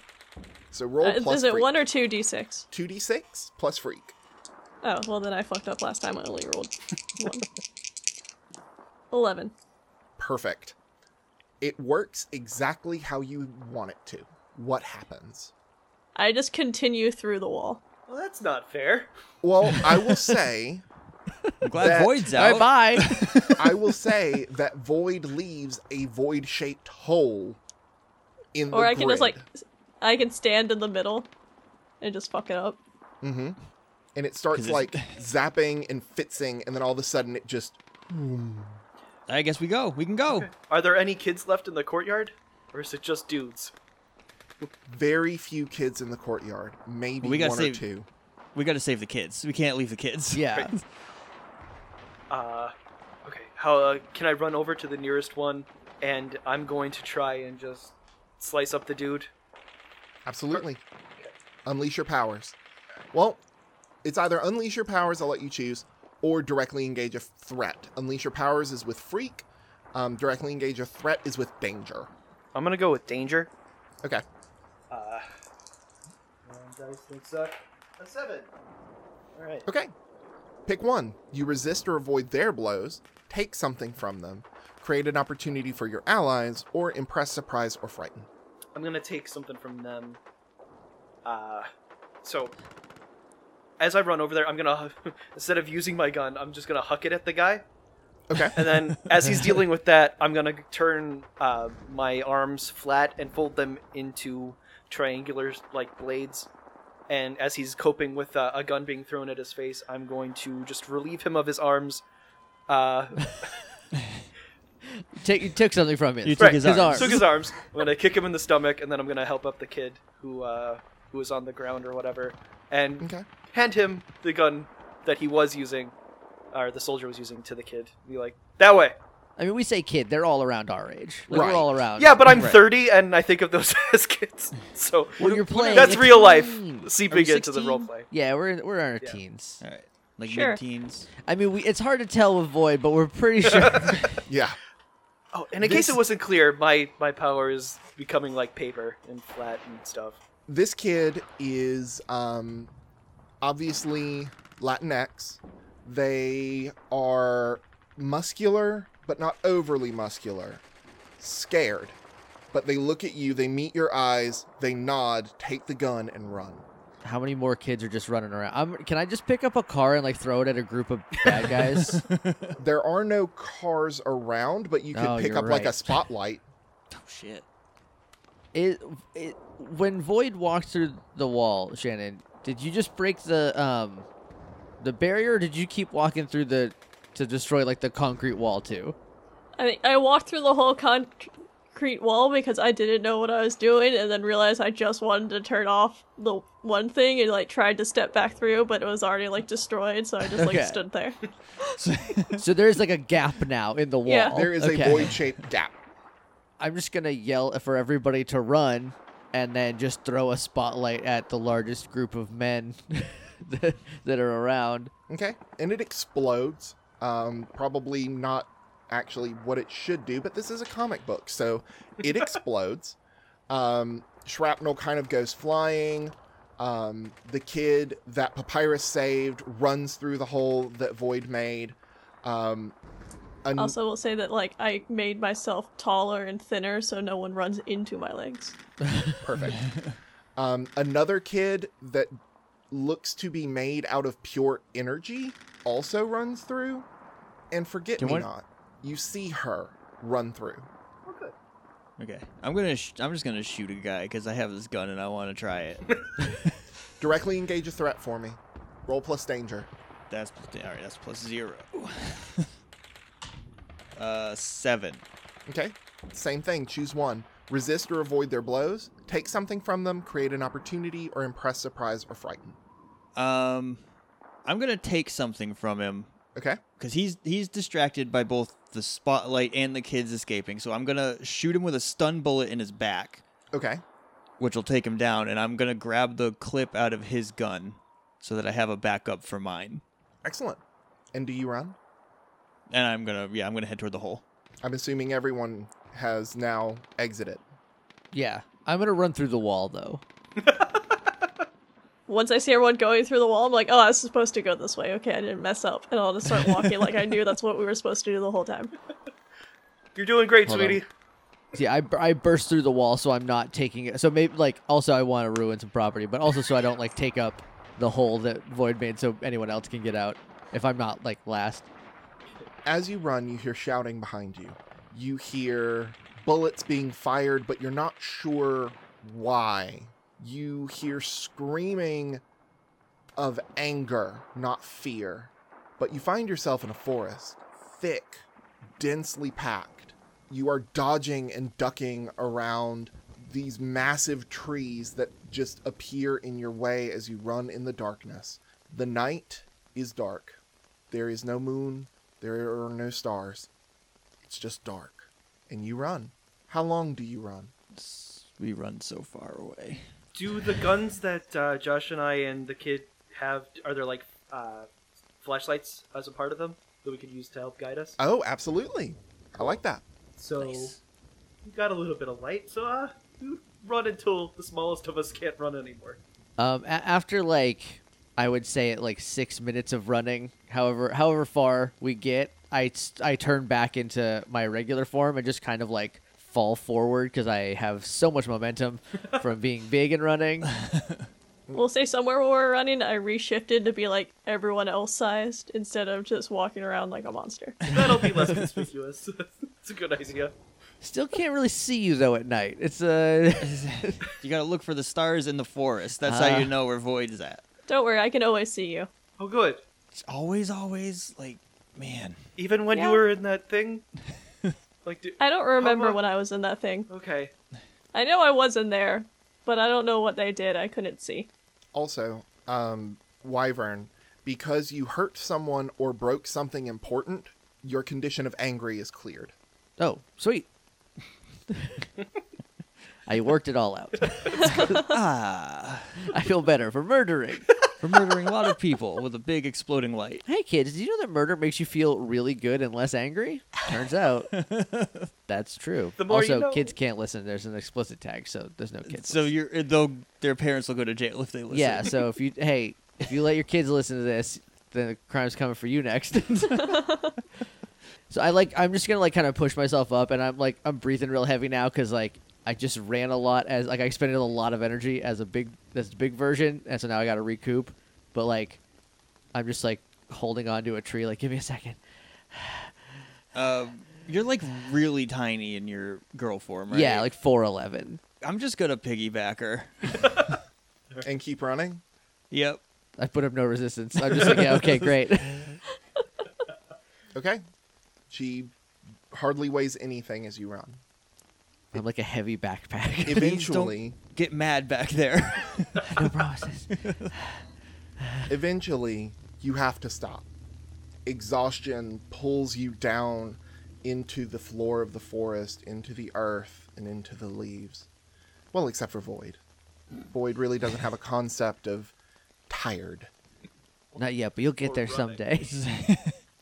[SPEAKER 4] So roll
[SPEAKER 3] Uh,
[SPEAKER 4] plus
[SPEAKER 3] is it
[SPEAKER 4] freak.
[SPEAKER 3] one or two d6?
[SPEAKER 4] 2d6 plus freak.
[SPEAKER 3] Oh well, then I fucked up last time. I only rolled one. Eleven.
[SPEAKER 4] Perfect. It works exactly how you want it to. What happens?
[SPEAKER 3] I just continue through the wall.
[SPEAKER 5] Well, that's not fair.
[SPEAKER 4] Well, I will say,
[SPEAKER 2] I'm glad
[SPEAKER 4] that-
[SPEAKER 2] Void's
[SPEAKER 1] All
[SPEAKER 2] out.
[SPEAKER 1] right, bye.
[SPEAKER 4] I will say that void leaves a void-shaped hole in the
[SPEAKER 3] Or I can just
[SPEAKER 4] grid,
[SPEAKER 3] like, s- I can stand in the middle, and just fuck it up.
[SPEAKER 4] Mm-hmm. and it
[SPEAKER 2] 'Cause
[SPEAKER 4] starts
[SPEAKER 2] it's-
[SPEAKER 4] like zapping and fitzing, and then all of a sudden it just
[SPEAKER 2] I guess we go. We can go.
[SPEAKER 5] Are there any kids left in the courtyard, or is it just dudes?
[SPEAKER 4] very few kids in the courtyard, maybe
[SPEAKER 2] We gotta
[SPEAKER 4] one or
[SPEAKER 2] save-
[SPEAKER 4] two.
[SPEAKER 2] We gotta save the kids. We can't leave the kids.
[SPEAKER 1] yeah.
[SPEAKER 5] Uh, okay. How uh, can I run over to the nearest one? And I'm going to try and just slice up the dude.
[SPEAKER 4] Absolutely. Unleash your powers. Well, it's either unleash your powers, I'll let you choose, or directly engage a threat. Unleash your powers is with freak, um, directly engage a threat is with danger.
[SPEAKER 5] I'm gonna go with danger.
[SPEAKER 4] Okay.
[SPEAKER 5] Uh, one dice looks up. A seven. All right.
[SPEAKER 4] Okay. Pick one. You resist or avoid their blows, take something from them, create an opportunity for your allies, or impress, surprise, or frighten.
[SPEAKER 5] I'm gonna take something from them. Uh, so as I run over there, I'm gonna instead of using my gun, I'm just gonna huck it at the guy.
[SPEAKER 4] Okay.
[SPEAKER 5] And then as he's dealing with that, I'm gonna turn uh, my arms flat and fold them into triangular like blades. And as he's coping with uh, a gun being thrown at his face, I'm going to just relieve him of his arms. Uh,
[SPEAKER 1] Take, you took something from me.
[SPEAKER 2] You took
[SPEAKER 5] Right,
[SPEAKER 2] his
[SPEAKER 1] his
[SPEAKER 2] arms.
[SPEAKER 5] took his arms. I'm gonna kick him in the stomach, and then I'm gonna help up the kid who uh, who was on the ground or whatever, and
[SPEAKER 4] Okay.
[SPEAKER 5] hand him the gun that he was using, or the soldier was using to the kid. Be like that way.
[SPEAKER 1] I mean, we say kid, they're all around our age. Like,
[SPEAKER 4] Right.
[SPEAKER 1] We're all around.
[SPEAKER 5] Yeah, but I'm
[SPEAKER 2] Right.
[SPEAKER 5] 30, and I think of those as kids. So
[SPEAKER 1] Well, you're playing.
[SPEAKER 5] that's
[SPEAKER 1] a
[SPEAKER 5] real life
[SPEAKER 1] teen.
[SPEAKER 5] seeping
[SPEAKER 2] Are we
[SPEAKER 5] into the
[SPEAKER 2] 16?
[SPEAKER 5] roleplay.
[SPEAKER 1] Yeah, we're in, we're in our
[SPEAKER 5] Yeah.
[SPEAKER 1] teens.
[SPEAKER 2] All right. Like
[SPEAKER 3] Sure.
[SPEAKER 2] mid-teens.
[SPEAKER 1] I mean, we, it's hard to tell with Void, but we're pretty sure.
[SPEAKER 4] Yeah.
[SPEAKER 5] Oh, and in
[SPEAKER 4] This-
[SPEAKER 5] case it wasn't clear, my my power is becoming like paper and flat and stuff.
[SPEAKER 4] this kid is um, obviously Latinx. They are muscular, but not overly muscular. Scared. but they look at you, they meet your eyes, they nod, take the gun, and run.
[SPEAKER 1] How many more kids are just running around? I'm, can I just pick up a car and like throw it at a group of bad guys?
[SPEAKER 4] There are no cars around, but you could
[SPEAKER 1] Oh,
[SPEAKER 4] pick
[SPEAKER 1] you're
[SPEAKER 4] up like a
[SPEAKER 1] right.
[SPEAKER 4] spotlight.
[SPEAKER 2] Oh shit.
[SPEAKER 1] it, it, when Void walked through the wall, Shannon, did you just break the um, the barrier? or Did you keep walking through the to destroy like the concrete wall too?
[SPEAKER 3] I think I walked through the whole concrete wall because I didn't know what I was doing, and then realized I just wanted to turn off the one thing and like tried to step back through, but it was already like destroyed, so I just like
[SPEAKER 1] Okay.
[SPEAKER 3] stood there.
[SPEAKER 1] so there's like a gap now in the wall.
[SPEAKER 3] Yeah.
[SPEAKER 4] There is
[SPEAKER 1] Okay.
[SPEAKER 4] a void shaped gap.
[SPEAKER 1] I'm just gonna yell for everybody to run, and then just throw a spotlight at the largest group of men that, that are around.
[SPEAKER 4] Okay. And it explodes. Um, probably not actually what it should do, but this is a comic book, so it explodes. Um, shrapnel kind of goes flying. Um, the kid that Papyrus saved runs through the hole that Void made. Um, an-
[SPEAKER 3] Also, will say that like I made myself taller and thinner, so no one runs into my legs.
[SPEAKER 4] Perfect. um, another kid that looks to be made out of pure energy also runs through. And forget
[SPEAKER 2] Can
[SPEAKER 4] me
[SPEAKER 2] one-
[SPEAKER 4] not. You see her run through.
[SPEAKER 2] Okay. I'm gonna. Sh- I'm just gonna shoot a guy because I have this gun and I want to try it.
[SPEAKER 4] Directly engage a threat for me. Roll plus danger.
[SPEAKER 2] That's all right. That's plus zero. uh, seven.
[SPEAKER 4] Okay. Same thing. Choose one. Resist or avoid their blows. Take something from them. Create an opportunity or impress, surprise, or frighten.
[SPEAKER 2] Um, I'm gonna take something from him
[SPEAKER 4] Okay.
[SPEAKER 2] because he's he's distracted by both the spotlight and the kids escaping. So I'm gonna shoot him with a stun bullet in his back,
[SPEAKER 4] Okay.
[SPEAKER 2] which will take him down. And I'm gonna grab the clip out of his gun so that I have a backup for mine.
[SPEAKER 4] Excellent. And do you run?
[SPEAKER 2] And I'm gonna yeah, I'm gonna head toward the hole.
[SPEAKER 4] I'm assuming everyone has now exited.
[SPEAKER 1] Yeah, I'm gonna run through the wall though.
[SPEAKER 3] Once I see everyone going through the wall, I'm like, oh, I was supposed to go this way. Okay, I didn't mess up, and I'll just start walking like I knew that's what we were supposed to do the whole time.
[SPEAKER 5] You're doing great,
[SPEAKER 1] Hold on.
[SPEAKER 5] sweetie.
[SPEAKER 1] See, I, bur- I burst through the wall, so I'm not taking it. So maybe like also I want to ruin some property, but also so I don't like take up the hole that Void made, so anyone else can get out if I'm not like last.
[SPEAKER 4] As you run, you hear shouting behind you. You hear bullets being fired, but you're not sure why. You hear screaming of anger, not fear. But you find yourself in a forest, thick, densely packed. You are dodging and ducking around these massive trees that just appear in your way as you run in the darkness. The night is dark. There is no moon, there are no stars. It's just dark. And you run. How long do you run?
[SPEAKER 2] We run so far away.
[SPEAKER 5] Do the guns that uh, Josh and I and the kid have are there like uh, flashlights as a part of them that we could use to help guide us?
[SPEAKER 4] Oh, absolutely. I like that.
[SPEAKER 5] So we got a little bit of light. So uh, you run until the smallest of us can't run anymore.
[SPEAKER 1] Um, a- after like I would say at like six minutes of running, however however far we get, I s- I turn back into my regular form and just kind of like fall forward because I have so much momentum from being big and running.
[SPEAKER 3] We'll say somewhere where we're running, I reshifted to be like everyone else sized instead of just walking around like a monster.
[SPEAKER 5] That'll be less conspicuous. it's a good idea.
[SPEAKER 1] Still can't really see you though at night. It's uh
[SPEAKER 2] You gotta look for the stars in the forest. That's how you
[SPEAKER 1] Ah.
[SPEAKER 2] know where Void's at.
[SPEAKER 3] Don't worry, I can always see you.
[SPEAKER 5] Oh, good.
[SPEAKER 2] It's always, always like, man.
[SPEAKER 5] Even when
[SPEAKER 3] Yeah.
[SPEAKER 5] you were in that thing, like, do,
[SPEAKER 3] I don't remember
[SPEAKER 5] about-
[SPEAKER 3] when I was in that thing.
[SPEAKER 5] okay,
[SPEAKER 3] I know I was in there, but I don't know what they did. I couldn't see.
[SPEAKER 4] Also, um, Wyvern, because you hurt someone or broke something important, your condition of angry is cleared.
[SPEAKER 1] Oh, sweet. I worked it all out.
[SPEAKER 2] Ah,
[SPEAKER 1] I feel better for murdering.
[SPEAKER 2] for murdering a lot of people with a big exploding light.
[SPEAKER 1] Hey, kids, did you know that murder makes you feel really good and less angry? Turns out that's true.
[SPEAKER 5] The more
[SPEAKER 1] also,
[SPEAKER 5] you know.
[SPEAKER 1] kids can't listen. There's an explicit tag, so there's no kids.
[SPEAKER 2] So
[SPEAKER 1] listen.
[SPEAKER 2] you're though their parents will go to jail if they listen.
[SPEAKER 1] yeah. So if you hey, if you let your kids listen to this, then the crime's coming for you next. so I like I'm just gonna like kind of push myself up, and I'm like I'm breathing real heavy now because like I just ran a lot as like I expended a lot of energy as a big as a big version, and so now I got to recoup. But like, I'm just like holding on to a tree. Like, give me a second.
[SPEAKER 2] Uh, you're like really tiny in your girl form, right?
[SPEAKER 1] Yeah, like four eleven.
[SPEAKER 2] I'm just gonna piggyback her.
[SPEAKER 4] and keep running.
[SPEAKER 2] Yep.
[SPEAKER 1] I put up no resistance. I'm just like, yeah, okay, great.
[SPEAKER 4] Okay. She hardly weighs anything as you run.
[SPEAKER 1] I'm like a heavy backpack.
[SPEAKER 4] Eventually,
[SPEAKER 2] Get mad back there.
[SPEAKER 1] no promises.
[SPEAKER 4] eventually you have to stop. Exhaustion pulls you down into the floor of the forest, into the earth, and into the leaves. Well, except for Void. Void really doesn't have a concept of tired.
[SPEAKER 1] Not yet, but you'll get
[SPEAKER 5] Or
[SPEAKER 1] there
[SPEAKER 5] running.
[SPEAKER 1] someday.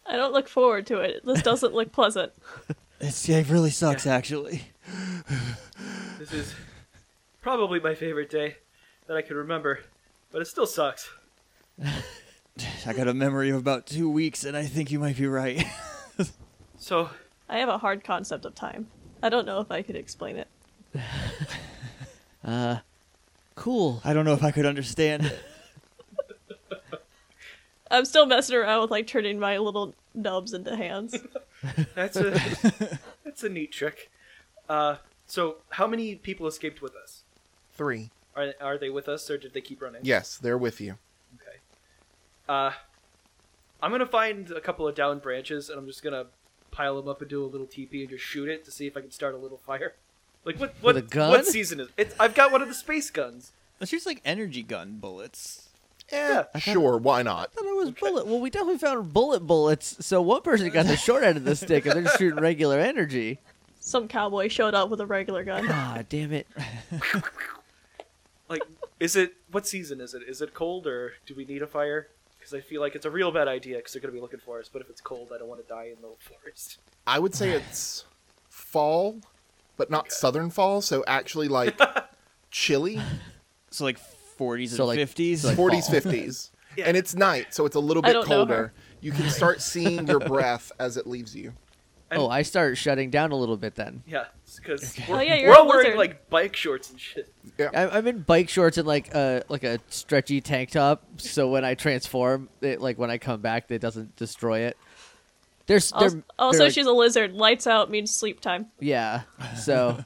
[SPEAKER 3] I don't look forward to it. This doesn't look pleasant.
[SPEAKER 2] it's, yeah, it really sucks, actually.
[SPEAKER 5] This is probably my favorite day that I can remember, but it still sucks.
[SPEAKER 2] I got a memory of about two weeks, and I think you might be right.
[SPEAKER 5] So,
[SPEAKER 3] I have a hard concept of time. I don't know if I could explain it.
[SPEAKER 1] cool.
[SPEAKER 2] I don't know if I could understand it.
[SPEAKER 3] I'm still messing around with like turning my little nubs into hands.
[SPEAKER 5] that's a that's a neat trick. Uh, so, how many people escaped with us?
[SPEAKER 4] Three.
[SPEAKER 5] Are are they with us, or did they keep running?
[SPEAKER 4] Yes, they're with you.
[SPEAKER 5] Okay. Uh, I'm gonna find a couple of down branches, and I'm just gonna pile them up and do a little teepee and just shoot it to see if I can start a little fire. Like what? What?
[SPEAKER 1] a gun?
[SPEAKER 5] What season is it? It's, I've got one of the space guns.
[SPEAKER 2] It's just like energy gun bullets.
[SPEAKER 4] Eh, sure, why not?
[SPEAKER 1] thought it was bullet. Well, we definitely found bullet bullets. So one person got the short end of the stick, and they're just shooting regular energy.
[SPEAKER 3] Some cowboy showed up with a regular gun.
[SPEAKER 1] Ah, damn it!
[SPEAKER 5] Like, is it? What season is it? Is it cold, or do we need a fire? Because I feel like it's a real bad idea because they're gonna be looking for us. But if it's cold, I don't want to die in the forest.
[SPEAKER 4] I would say it's fall, but not southern fall, so actually like chilly,
[SPEAKER 2] So like 40s
[SPEAKER 1] So, like-
[SPEAKER 2] and 50s.
[SPEAKER 4] 40s,
[SPEAKER 1] fall.
[SPEAKER 4] 50s.
[SPEAKER 5] Yeah.
[SPEAKER 4] And it's night, so it's a little
[SPEAKER 3] I
[SPEAKER 4] bit
[SPEAKER 3] don't know her.
[SPEAKER 4] colder. You can start seeing your breath as it leaves you.
[SPEAKER 1] Oh, I start shutting down a little bit then.
[SPEAKER 5] Yeah, because
[SPEAKER 2] Okay.
[SPEAKER 5] we're,
[SPEAKER 3] Oh, yeah, you're
[SPEAKER 5] we're
[SPEAKER 3] a
[SPEAKER 5] all wearing
[SPEAKER 3] wizard.
[SPEAKER 5] like bike shorts and shit.
[SPEAKER 1] I- I'm in bike shorts and like a like a stretchy tank top. So when I transform, it like when I come back, it doesn't destroy it. There's
[SPEAKER 3] Also,
[SPEAKER 1] they're,
[SPEAKER 3] also
[SPEAKER 1] they're, like-
[SPEAKER 3] she's a lizard. Lights out means sleep time.
[SPEAKER 1] yeah. So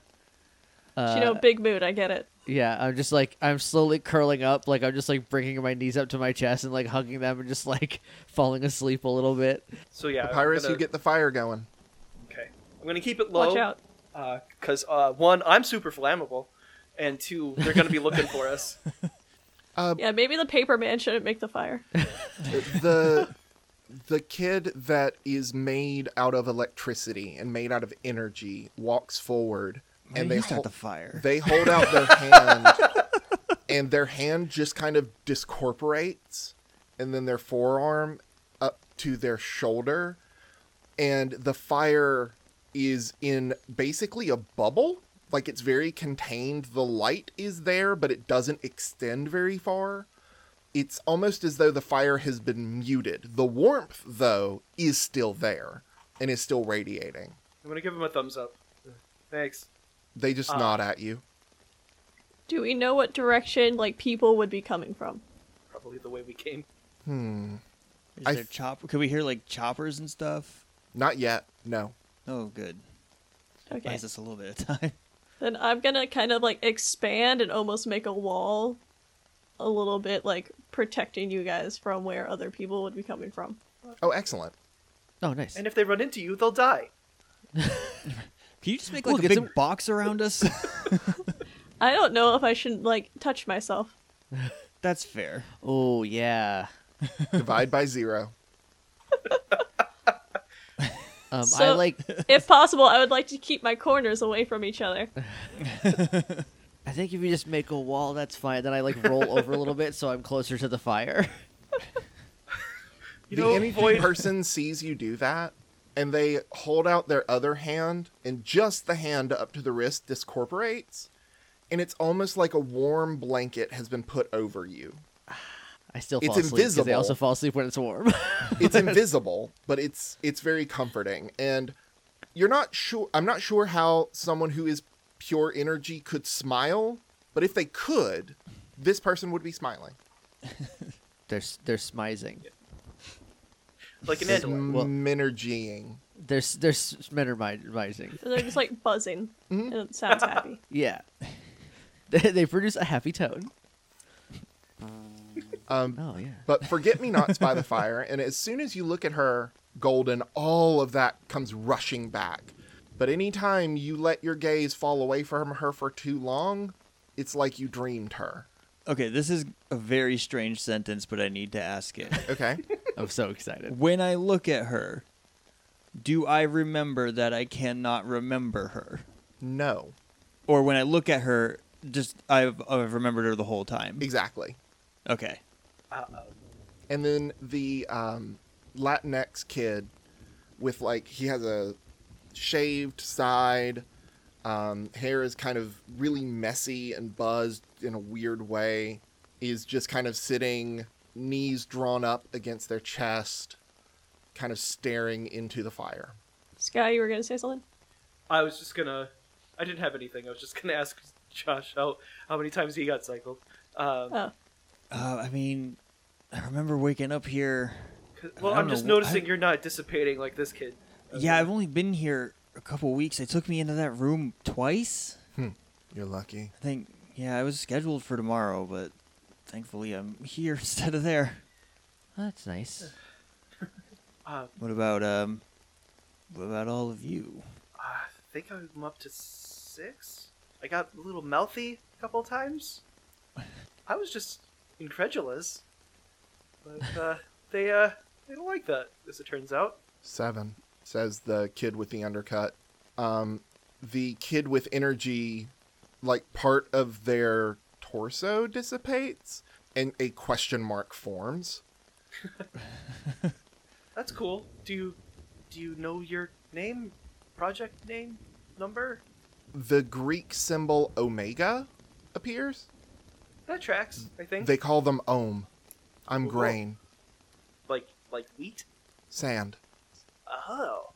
[SPEAKER 3] she know big mood. I get it.
[SPEAKER 1] yeah, I'm just like I'm slowly curling up, like I'm just like bringing my knees up to my chest and like hugging them and just like falling asleep a little bit.
[SPEAKER 5] So yeah, I'm
[SPEAKER 4] Papyrus,
[SPEAKER 5] gonna-
[SPEAKER 4] you get the fire going.
[SPEAKER 5] Okay, I'm gonna keep it low.
[SPEAKER 3] Watch out.
[SPEAKER 5] because uh, one, I'm super flammable, and two, they're gonna be looking for us.
[SPEAKER 4] Uh,
[SPEAKER 3] Yeah, maybe the paper man shouldn't make the fire.
[SPEAKER 4] the the kid that is made out of electricity and made out of energy walks forward, and they
[SPEAKER 2] you start
[SPEAKER 4] hol-
[SPEAKER 2] the fire.
[SPEAKER 4] they hold out their hand, and their hand just kind of discorporates, and then their forearm up to their shoulder, and the fire is in basically a bubble. Like it's very contained. The light is there, but it doesn't extend very far. It's almost as though the fire has been muted. The warmth, though, is still there and is still radiating.
[SPEAKER 5] I'm gonna give them a thumbs up. Thanks.
[SPEAKER 4] They just
[SPEAKER 5] Ah.
[SPEAKER 4] nod at you.
[SPEAKER 3] Do we know what direction like people would be coming from?
[SPEAKER 5] Probably the way we came.
[SPEAKER 2] Is
[SPEAKER 4] I
[SPEAKER 2] there
[SPEAKER 4] f-
[SPEAKER 2] chop? Could we hear like choppers and stuff?
[SPEAKER 4] Not yet. No.
[SPEAKER 2] Oh, good.
[SPEAKER 3] Okay.
[SPEAKER 2] Buys us a little bit of time.
[SPEAKER 3] Then I'm gonna kind of like expand and almost make a wall a little bit like protecting you guys from where other people would be coming from.
[SPEAKER 4] Oh, excellent.
[SPEAKER 1] Oh, nice.
[SPEAKER 5] And if they run into you, they'll die.
[SPEAKER 2] Can you just make
[SPEAKER 1] We'll
[SPEAKER 2] like
[SPEAKER 1] get
[SPEAKER 2] a big
[SPEAKER 1] some-
[SPEAKER 2] box around us?
[SPEAKER 3] I don't know if I should like touch myself.
[SPEAKER 2] That's fair.
[SPEAKER 1] Oh yeah.
[SPEAKER 4] Divide by zero.
[SPEAKER 1] Um, I
[SPEAKER 3] So-
[SPEAKER 1] like.
[SPEAKER 3] if possible, I would like to keep my corners away from each other.
[SPEAKER 1] I think if you just make a wall, that's fine. Then I like roll over a little bit, so I'm closer to the fire.
[SPEAKER 5] You
[SPEAKER 4] the
[SPEAKER 5] know,
[SPEAKER 4] energy
[SPEAKER 5] Void,
[SPEAKER 4] person sees you do that, and they hold out their other hand, and just the hand up to the wrist discorporates, and it's almost like a warm blanket has been put over you.
[SPEAKER 1] I still
[SPEAKER 4] It's
[SPEAKER 1] fall asleep 'cause they
[SPEAKER 4] invisible.
[SPEAKER 1] also fall asleep when it's warm.
[SPEAKER 4] it's invisible, but it's it's very comforting. And you're not sure I'm not sure how someone who is pure energy could smile, but if they could, this person would be smiling.
[SPEAKER 1] They're s- they're smizing.
[SPEAKER 5] Like an
[SPEAKER 1] Says-
[SPEAKER 5] antelope.
[SPEAKER 1] Well-
[SPEAKER 4] Minergying.
[SPEAKER 1] They're s- they're s- smittermizing.
[SPEAKER 3] They're just like buzzing, and it sounds happy.
[SPEAKER 1] Yeah. they, they produce a happy tone.
[SPEAKER 4] Um,
[SPEAKER 1] Oh yeah.
[SPEAKER 4] But Forget Me Nots by the fire, and as soon as you look at her, Golden, all of that comes rushing back. But anytime you let your gaze fall away from her for too long, it's like you dreamed her.
[SPEAKER 2] Okay, this is a very strange sentence, but I need to ask it.
[SPEAKER 4] Okay?
[SPEAKER 1] I'm so excited.
[SPEAKER 2] when I look at her, do I remember that I cannot remember her?
[SPEAKER 4] no.
[SPEAKER 2] Or when I look at her, just I've, I've remembered her the whole time.
[SPEAKER 4] Exactly.
[SPEAKER 2] Okay.
[SPEAKER 4] And then the um, Latinx kid with like he has a shaved side, um, hair is kind of really messy and buzzed in a weird way. Is just kind of sitting, knees drawn up against their chest, kind of staring into the fire.
[SPEAKER 3] Sky, you were gonna say something?
[SPEAKER 5] I was just gonna. I didn't have anything. I was just gonna ask Josh how how many times he got cycled. Um,
[SPEAKER 3] Oh,
[SPEAKER 2] Uh, I mean, I remember waking up here.
[SPEAKER 5] well,
[SPEAKER 2] I don't
[SPEAKER 5] I'm just
[SPEAKER 2] know.
[SPEAKER 5] noticing
[SPEAKER 2] I-
[SPEAKER 5] you're not dissipating like this kid.
[SPEAKER 2] Yeah, I've only been here a couple weeks. They took me into that room twice.
[SPEAKER 4] You're lucky.
[SPEAKER 2] I think, yeah, I was scheduled for tomorrow, but thankfully I'm here instead of there.
[SPEAKER 1] That's nice.
[SPEAKER 5] Uh,
[SPEAKER 2] What about, um, what about all of you?
[SPEAKER 5] I think I'm up to six. I got a little mouthy a couple times. I was just incredulous, but uh, they uh, they don't like that, as it turns out.
[SPEAKER 4] Seven, says the kid with the undercut. Um, the kid with energy, like part of their torso dissipates and a question mark forms.
[SPEAKER 5] That's cool. Do you do you know your name, project name, number?
[SPEAKER 4] The Greek symbol omega appears.
[SPEAKER 5] That tracks. I think
[SPEAKER 4] They call them ohm. I'm
[SPEAKER 5] Whoa.
[SPEAKER 4] grain,
[SPEAKER 5] like like wheat.
[SPEAKER 4] sand.
[SPEAKER 5] Oh,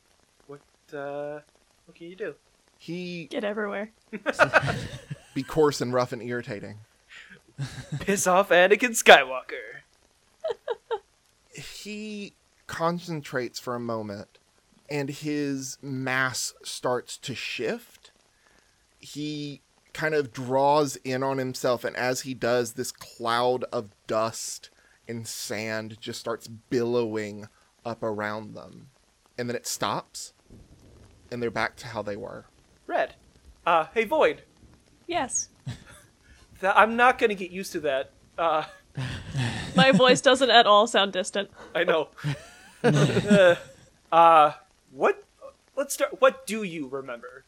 [SPEAKER 5] what uh, what can you do?
[SPEAKER 4] He
[SPEAKER 3] get everywhere.
[SPEAKER 4] be coarse and rough and irritating.
[SPEAKER 5] Piss off, Anakin Skywalker.
[SPEAKER 4] he concentrates for a moment and his mass starts to shift. He kind of draws in on himself, and as he does, this cloud of dust and sand just starts billowing up around them. And then it stops, and they're back to how they were.
[SPEAKER 5] Red. Uh, hey Void.
[SPEAKER 3] Yes,
[SPEAKER 5] Th- I'm not gonna get used to that. Uh,
[SPEAKER 3] my voice doesn't at all sound distant.
[SPEAKER 5] I know. uh, uh, what? Let's start. What do you remember?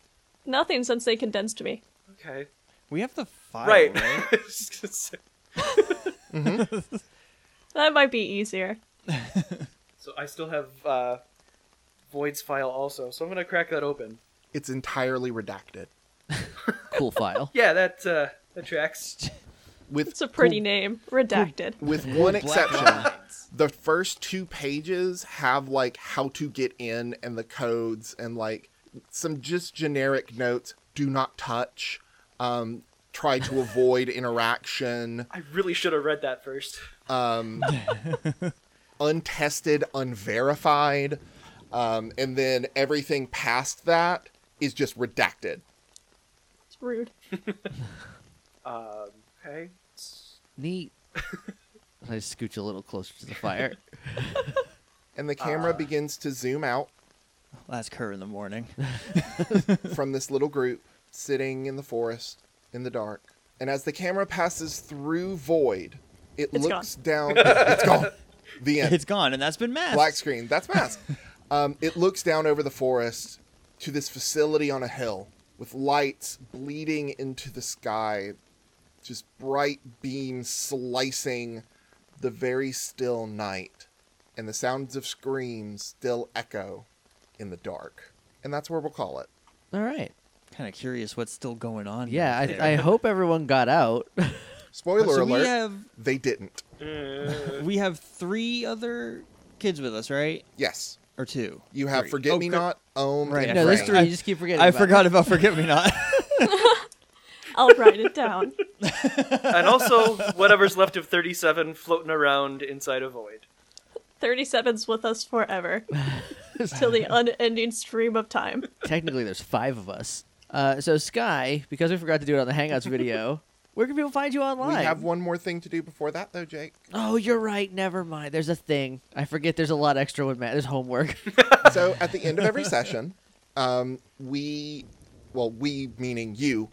[SPEAKER 3] Nothing since they condensed me.
[SPEAKER 5] Okay.
[SPEAKER 2] We have the file,
[SPEAKER 5] Right.
[SPEAKER 2] right?
[SPEAKER 5] I was just gonna say-
[SPEAKER 3] That might be easier.
[SPEAKER 5] so I still have uh, Void's file also, so I'm gonna crack that open.
[SPEAKER 4] It's entirely redacted.
[SPEAKER 1] Cool file.
[SPEAKER 5] Yeah, that uh, that tracks.
[SPEAKER 4] With
[SPEAKER 3] It's a pretty name. Redacted.
[SPEAKER 4] with one exception.
[SPEAKER 2] lines.
[SPEAKER 4] the first two pages have like how to get in and the codes and like some just generic notes do not touch um try to avoid interaction
[SPEAKER 5] I really should have read that first.
[SPEAKER 4] um untested unverified um and then everything past that is just redacted
[SPEAKER 3] It's rude.
[SPEAKER 5] Um, okay.
[SPEAKER 1] Neat. I scooch a little closer to the fire.
[SPEAKER 4] and the camera begins to zoom out
[SPEAKER 2] I'll ask her in the morning.
[SPEAKER 4] from this little group sitting in the forest in the dark. And as the camera passes through void, it
[SPEAKER 3] It's
[SPEAKER 4] looks down. It's gone. The end.
[SPEAKER 2] It's gone, and that's been masked.
[SPEAKER 4] Black screen. That's mask. um, it looks down over the forest to this facility on a hill with lights bleeding into the sky, just bright beams slicing the very still night, and the sounds of screams still echo in the dark. And that's where we'll call it.
[SPEAKER 1] All right.
[SPEAKER 2] Kind of curious what's still going on.
[SPEAKER 1] Yeah,
[SPEAKER 2] out there.
[SPEAKER 1] I, I hope everyone got out.
[SPEAKER 4] Spoiler
[SPEAKER 2] so
[SPEAKER 4] alert.
[SPEAKER 2] we have
[SPEAKER 4] They didn't.
[SPEAKER 5] Uh,
[SPEAKER 2] we have three other kids with us, right?
[SPEAKER 4] Yes.
[SPEAKER 2] Or two?
[SPEAKER 4] You have
[SPEAKER 2] Three.
[SPEAKER 4] Forget
[SPEAKER 2] Oh,
[SPEAKER 4] Me
[SPEAKER 2] good.
[SPEAKER 4] Not, Ohm,
[SPEAKER 2] Right,
[SPEAKER 4] and
[SPEAKER 2] I
[SPEAKER 1] no, there's
[SPEAKER 4] Frame.
[SPEAKER 2] forgot.
[SPEAKER 1] three. You just keep forgetting.
[SPEAKER 2] I
[SPEAKER 1] about
[SPEAKER 2] forgot
[SPEAKER 1] it.
[SPEAKER 2] about Forgive Me Not.
[SPEAKER 3] I'll write it down.
[SPEAKER 5] and also whatever's left of 37 floating around inside a void.
[SPEAKER 3] 37's with us forever. Till the unending stream of time.
[SPEAKER 1] Technically, there's five of us. Uh, so Sky, because we forgot to do it on the Hangouts video, where can people find you online?
[SPEAKER 4] We have one more thing to do before that, though, Jake.
[SPEAKER 1] Oh, you're right. Never mind. There's a thing. I forget. There's a lot extra with Matt. There's homework.
[SPEAKER 4] so at the end of every session, um, we, well, we meaning you,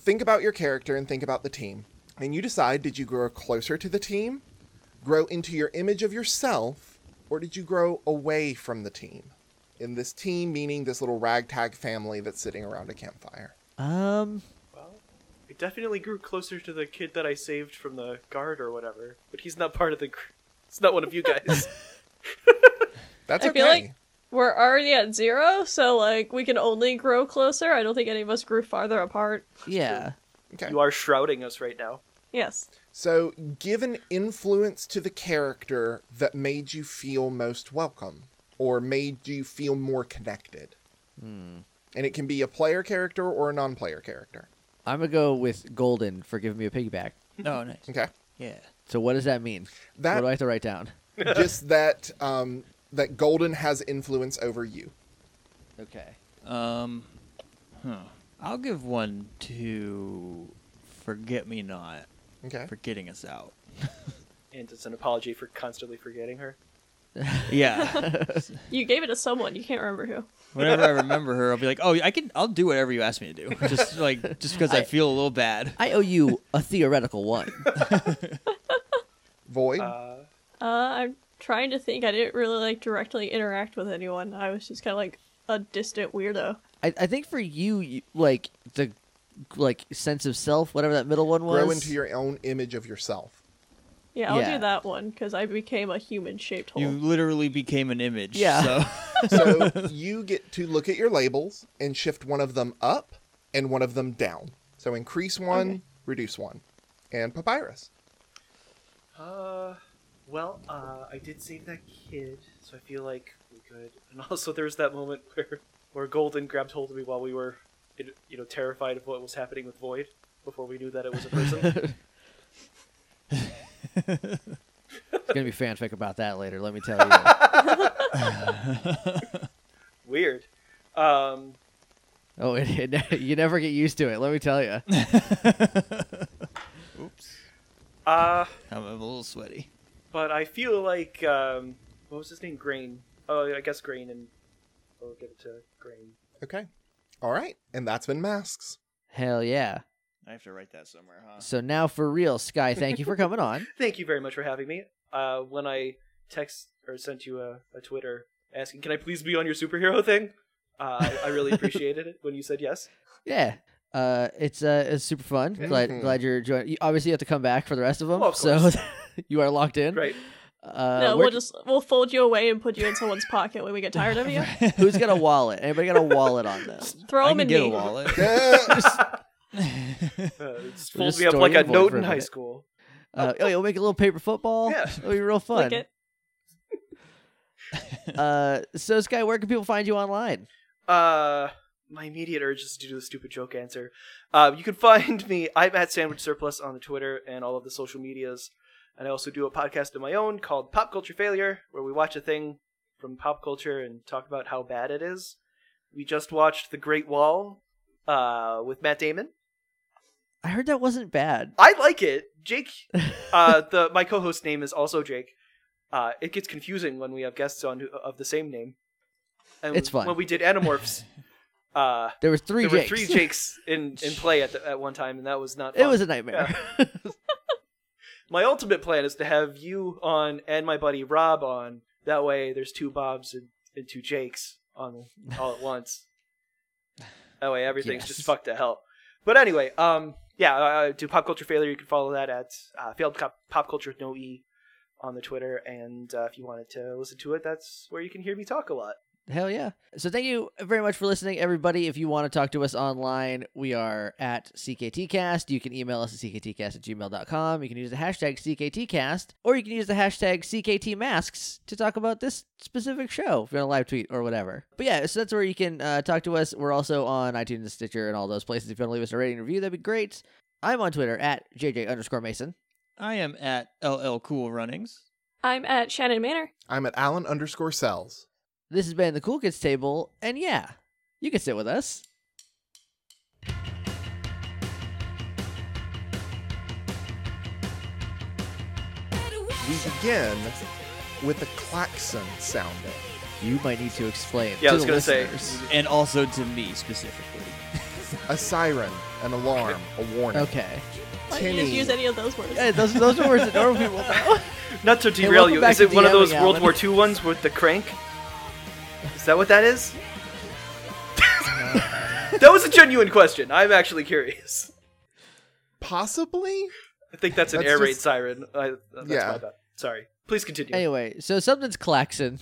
[SPEAKER 4] think about your character and think about the team. And you decide did you grow closer to the team, grow into your image of yourself, or did you grow away from the team? In this team, meaning this little ragtag family that's sitting around a campfire.
[SPEAKER 1] um,
[SPEAKER 5] Well, I definitely grew closer to the kid that I saved from the guard or whatever, but he's not part of the. Gr- he's not one of you guys.
[SPEAKER 4] That's
[SPEAKER 3] I
[SPEAKER 4] okay.
[SPEAKER 3] feel like we're already at zero, so like we can only grow closer. I don't think any of us grew farther apart.
[SPEAKER 1] yeah.
[SPEAKER 4] okay.
[SPEAKER 5] you are shrouding us right now.
[SPEAKER 3] Yes.
[SPEAKER 4] So, give an influence to the character that made you feel most welcome or made you feel more connected. And it can be a player character or a non player character.
[SPEAKER 1] I'm gonna go with Golden for giving me a piggyback.
[SPEAKER 2] Oh, nice.
[SPEAKER 4] Okay.
[SPEAKER 2] Yeah.
[SPEAKER 1] So what does that mean?
[SPEAKER 4] That-
[SPEAKER 1] what do I have to write down?
[SPEAKER 4] Just that um, that Golden has influence over you.
[SPEAKER 1] Okay.
[SPEAKER 2] Um, huh. I'll give one to Forget Me Not
[SPEAKER 4] Okay.
[SPEAKER 2] for getting us out.
[SPEAKER 5] And it's an apology for constantly forgetting her.
[SPEAKER 2] Yeah.
[SPEAKER 3] You gave it to someone, you can't remember who.
[SPEAKER 2] Whenever I remember her, I'll be like, "Oh, I can. I'll do whatever you ask me to do." Just like, just because I,
[SPEAKER 1] I-
[SPEAKER 2] feel a little bad.
[SPEAKER 1] I owe you a theoretical one.
[SPEAKER 4] Void.
[SPEAKER 5] Uh,
[SPEAKER 3] Uh, I'm trying to think. I didn't really like directly interact with anyone. I was just kind of like a distant weirdo.
[SPEAKER 1] I, I think for you, you, like the like sense of self, whatever that middle one was.
[SPEAKER 4] Grow into your own image of yourself.
[SPEAKER 3] Yeah, I'll
[SPEAKER 1] Yeah.
[SPEAKER 3] do that one because I became a human shaped hole.
[SPEAKER 2] You literally became an image.
[SPEAKER 1] Yeah.
[SPEAKER 2] So
[SPEAKER 4] So, you get to look at your labels and shift one of them up and one of them down. So, increase one,
[SPEAKER 3] Okay.
[SPEAKER 4] reduce one. And Papyrus.
[SPEAKER 5] Uh, well, uh, I did save that kid, so I feel like we're good. And also, there was that moment where where Golden grabbed hold of me while we were, in- you know, terrified of what was happening with Void before we knew that it was a person.
[SPEAKER 1] It's gonna be fanfic about that later. Let me tell you.
[SPEAKER 5] Weird. Um,
[SPEAKER 1] oh, it, it, you never get used to it. Let me tell you.
[SPEAKER 5] uh,
[SPEAKER 2] I'm, I'm a little sweaty.
[SPEAKER 5] but I feel like um, what was his name? Grain. Oh, I guess Grain, and we'll give it to Grain.
[SPEAKER 4] Okay. All right. And that's been masks.
[SPEAKER 1] Hell yeah.
[SPEAKER 2] I have to write that somewhere, huh?
[SPEAKER 1] So now for real, Sky, thank you for coming on.
[SPEAKER 5] Thank you very much for having me. Uh, when I text or sent you a, a Twitter asking, "Can I please be on your superhero thing?" Uh, I- I really appreciated it when you said yes.
[SPEAKER 1] Yeah. Uh, it's uh, it's super fun. Glad
[SPEAKER 4] Mhm.
[SPEAKER 1] glad you're joining. You obviously have to come back for the rest of them.
[SPEAKER 5] Oh, Mm-hmm.
[SPEAKER 1] so
[SPEAKER 5] of course.
[SPEAKER 1] you are locked in.
[SPEAKER 5] Right.
[SPEAKER 1] Uh, where-
[SPEAKER 3] no, we'll just we'll fold you away and put you in someone's pocket when we get tired of you.
[SPEAKER 1] who's got a wallet? Anybody got a wallet on this?
[SPEAKER 3] Throw
[SPEAKER 2] I
[SPEAKER 3] them in
[SPEAKER 2] can get
[SPEAKER 3] me.
[SPEAKER 2] a wallet.
[SPEAKER 5] Uh, it's
[SPEAKER 1] We'll just
[SPEAKER 5] fold me up
[SPEAKER 1] store
[SPEAKER 5] like
[SPEAKER 1] your
[SPEAKER 5] a
[SPEAKER 1] void
[SPEAKER 5] note
[SPEAKER 1] for a
[SPEAKER 5] in high
[SPEAKER 1] minute.
[SPEAKER 5] school.
[SPEAKER 1] Uh, oh, yeah, we'll make a little paper football.
[SPEAKER 5] Yeah.
[SPEAKER 1] it'll be real fun.
[SPEAKER 3] Lick it.
[SPEAKER 1] Uh, so Sky, where can people find you online?
[SPEAKER 5] Uh, my immediate urge is to do the stupid joke answer. Uh, you can find me. I'm at Sandwich Surplus on the Twitter and all of the social medias, and I also do a podcast of my own called Pop Culture Failure, where we watch a thing from pop culture and talk about how bad it is. We just watched The Great Wall uh, with Matt Damon.
[SPEAKER 1] I heard that wasn't bad.
[SPEAKER 5] I like it. Jake, uh, the my co-host name is also Jake. Uh, it gets confusing when we have guests on who, of the same name. And
[SPEAKER 1] It's fun.
[SPEAKER 5] When we did Animorphs, uh,
[SPEAKER 1] There was three
[SPEAKER 5] there
[SPEAKER 1] Jakes.
[SPEAKER 5] were three Jakes in, in play at the, at one time, and that was not.
[SPEAKER 1] It
[SPEAKER 5] Fun.
[SPEAKER 1] was a nightmare.
[SPEAKER 5] my ultimate plan is to have you on and my buddy Rob on. That way, there's two Bobs and, and two Jakes on all at once. That way, everything's just
[SPEAKER 1] Yes.
[SPEAKER 5] fucked to hell. But anyway, um, yeah, uh, do pop culture failure. You can follow that at uh, failed cop, pop culture with no e on the Twitter, and uh, if you wanted to listen to it, that's where you can hear me talk a lot.
[SPEAKER 1] Hell yeah. So thank you very much for listening, everybody. If you want to talk to us online, we are at CKTcast. You can email us at CKTcast at gmail.com. You can use the hashtag CKTcast, or you can use the hashtag CKTmasks to talk about this specific show if you're on a live tweet or whatever. But yeah, so that's where you can uh, talk to us. We're also on iTunes and Stitcher and all those places. If you want to leave us a rating and review, that'd be great. I'm on Twitter at JJ underscore Mason.
[SPEAKER 2] I am at LL Cool Runnings.
[SPEAKER 3] I'm at Shannon Manor.
[SPEAKER 4] I'm at Alan underscore cells.
[SPEAKER 1] This has been the Cool Kids Table, and yeah, you can sit with us.
[SPEAKER 4] We begin with a klaxon sounding.
[SPEAKER 1] You might need to explain. to
[SPEAKER 5] Yeah, I was
[SPEAKER 1] the
[SPEAKER 5] gonna say.
[SPEAKER 1] listeners.
[SPEAKER 2] And also to me specifically.
[SPEAKER 4] A siren, an alarm, a warning.
[SPEAKER 1] Okay.
[SPEAKER 3] Why did you just
[SPEAKER 4] Tinny.
[SPEAKER 3] use any of those words?
[SPEAKER 1] Yeah, those, those are words that normal people know.
[SPEAKER 5] Not to
[SPEAKER 1] Hey,
[SPEAKER 5] derail
[SPEAKER 1] welcome
[SPEAKER 5] you.
[SPEAKER 1] back
[SPEAKER 5] Is
[SPEAKER 1] to
[SPEAKER 5] it one of
[SPEAKER 1] DMing,
[SPEAKER 5] those World
[SPEAKER 1] Alan.
[SPEAKER 5] War II ones with the crank? Is that what that is? that was a genuine question. I'm actually curious.
[SPEAKER 4] Possibly?
[SPEAKER 5] I think that's an
[SPEAKER 4] That's
[SPEAKER 5] air raid
[SPEAKER 4] just-
[SPEAKER 5] siren. I, that's
[SPEAKER 4] Yeah.
[SPEAKER 5] my bad. Sorry. Please continue.
[SPEAKER 1] Anyway, so something's klaxon.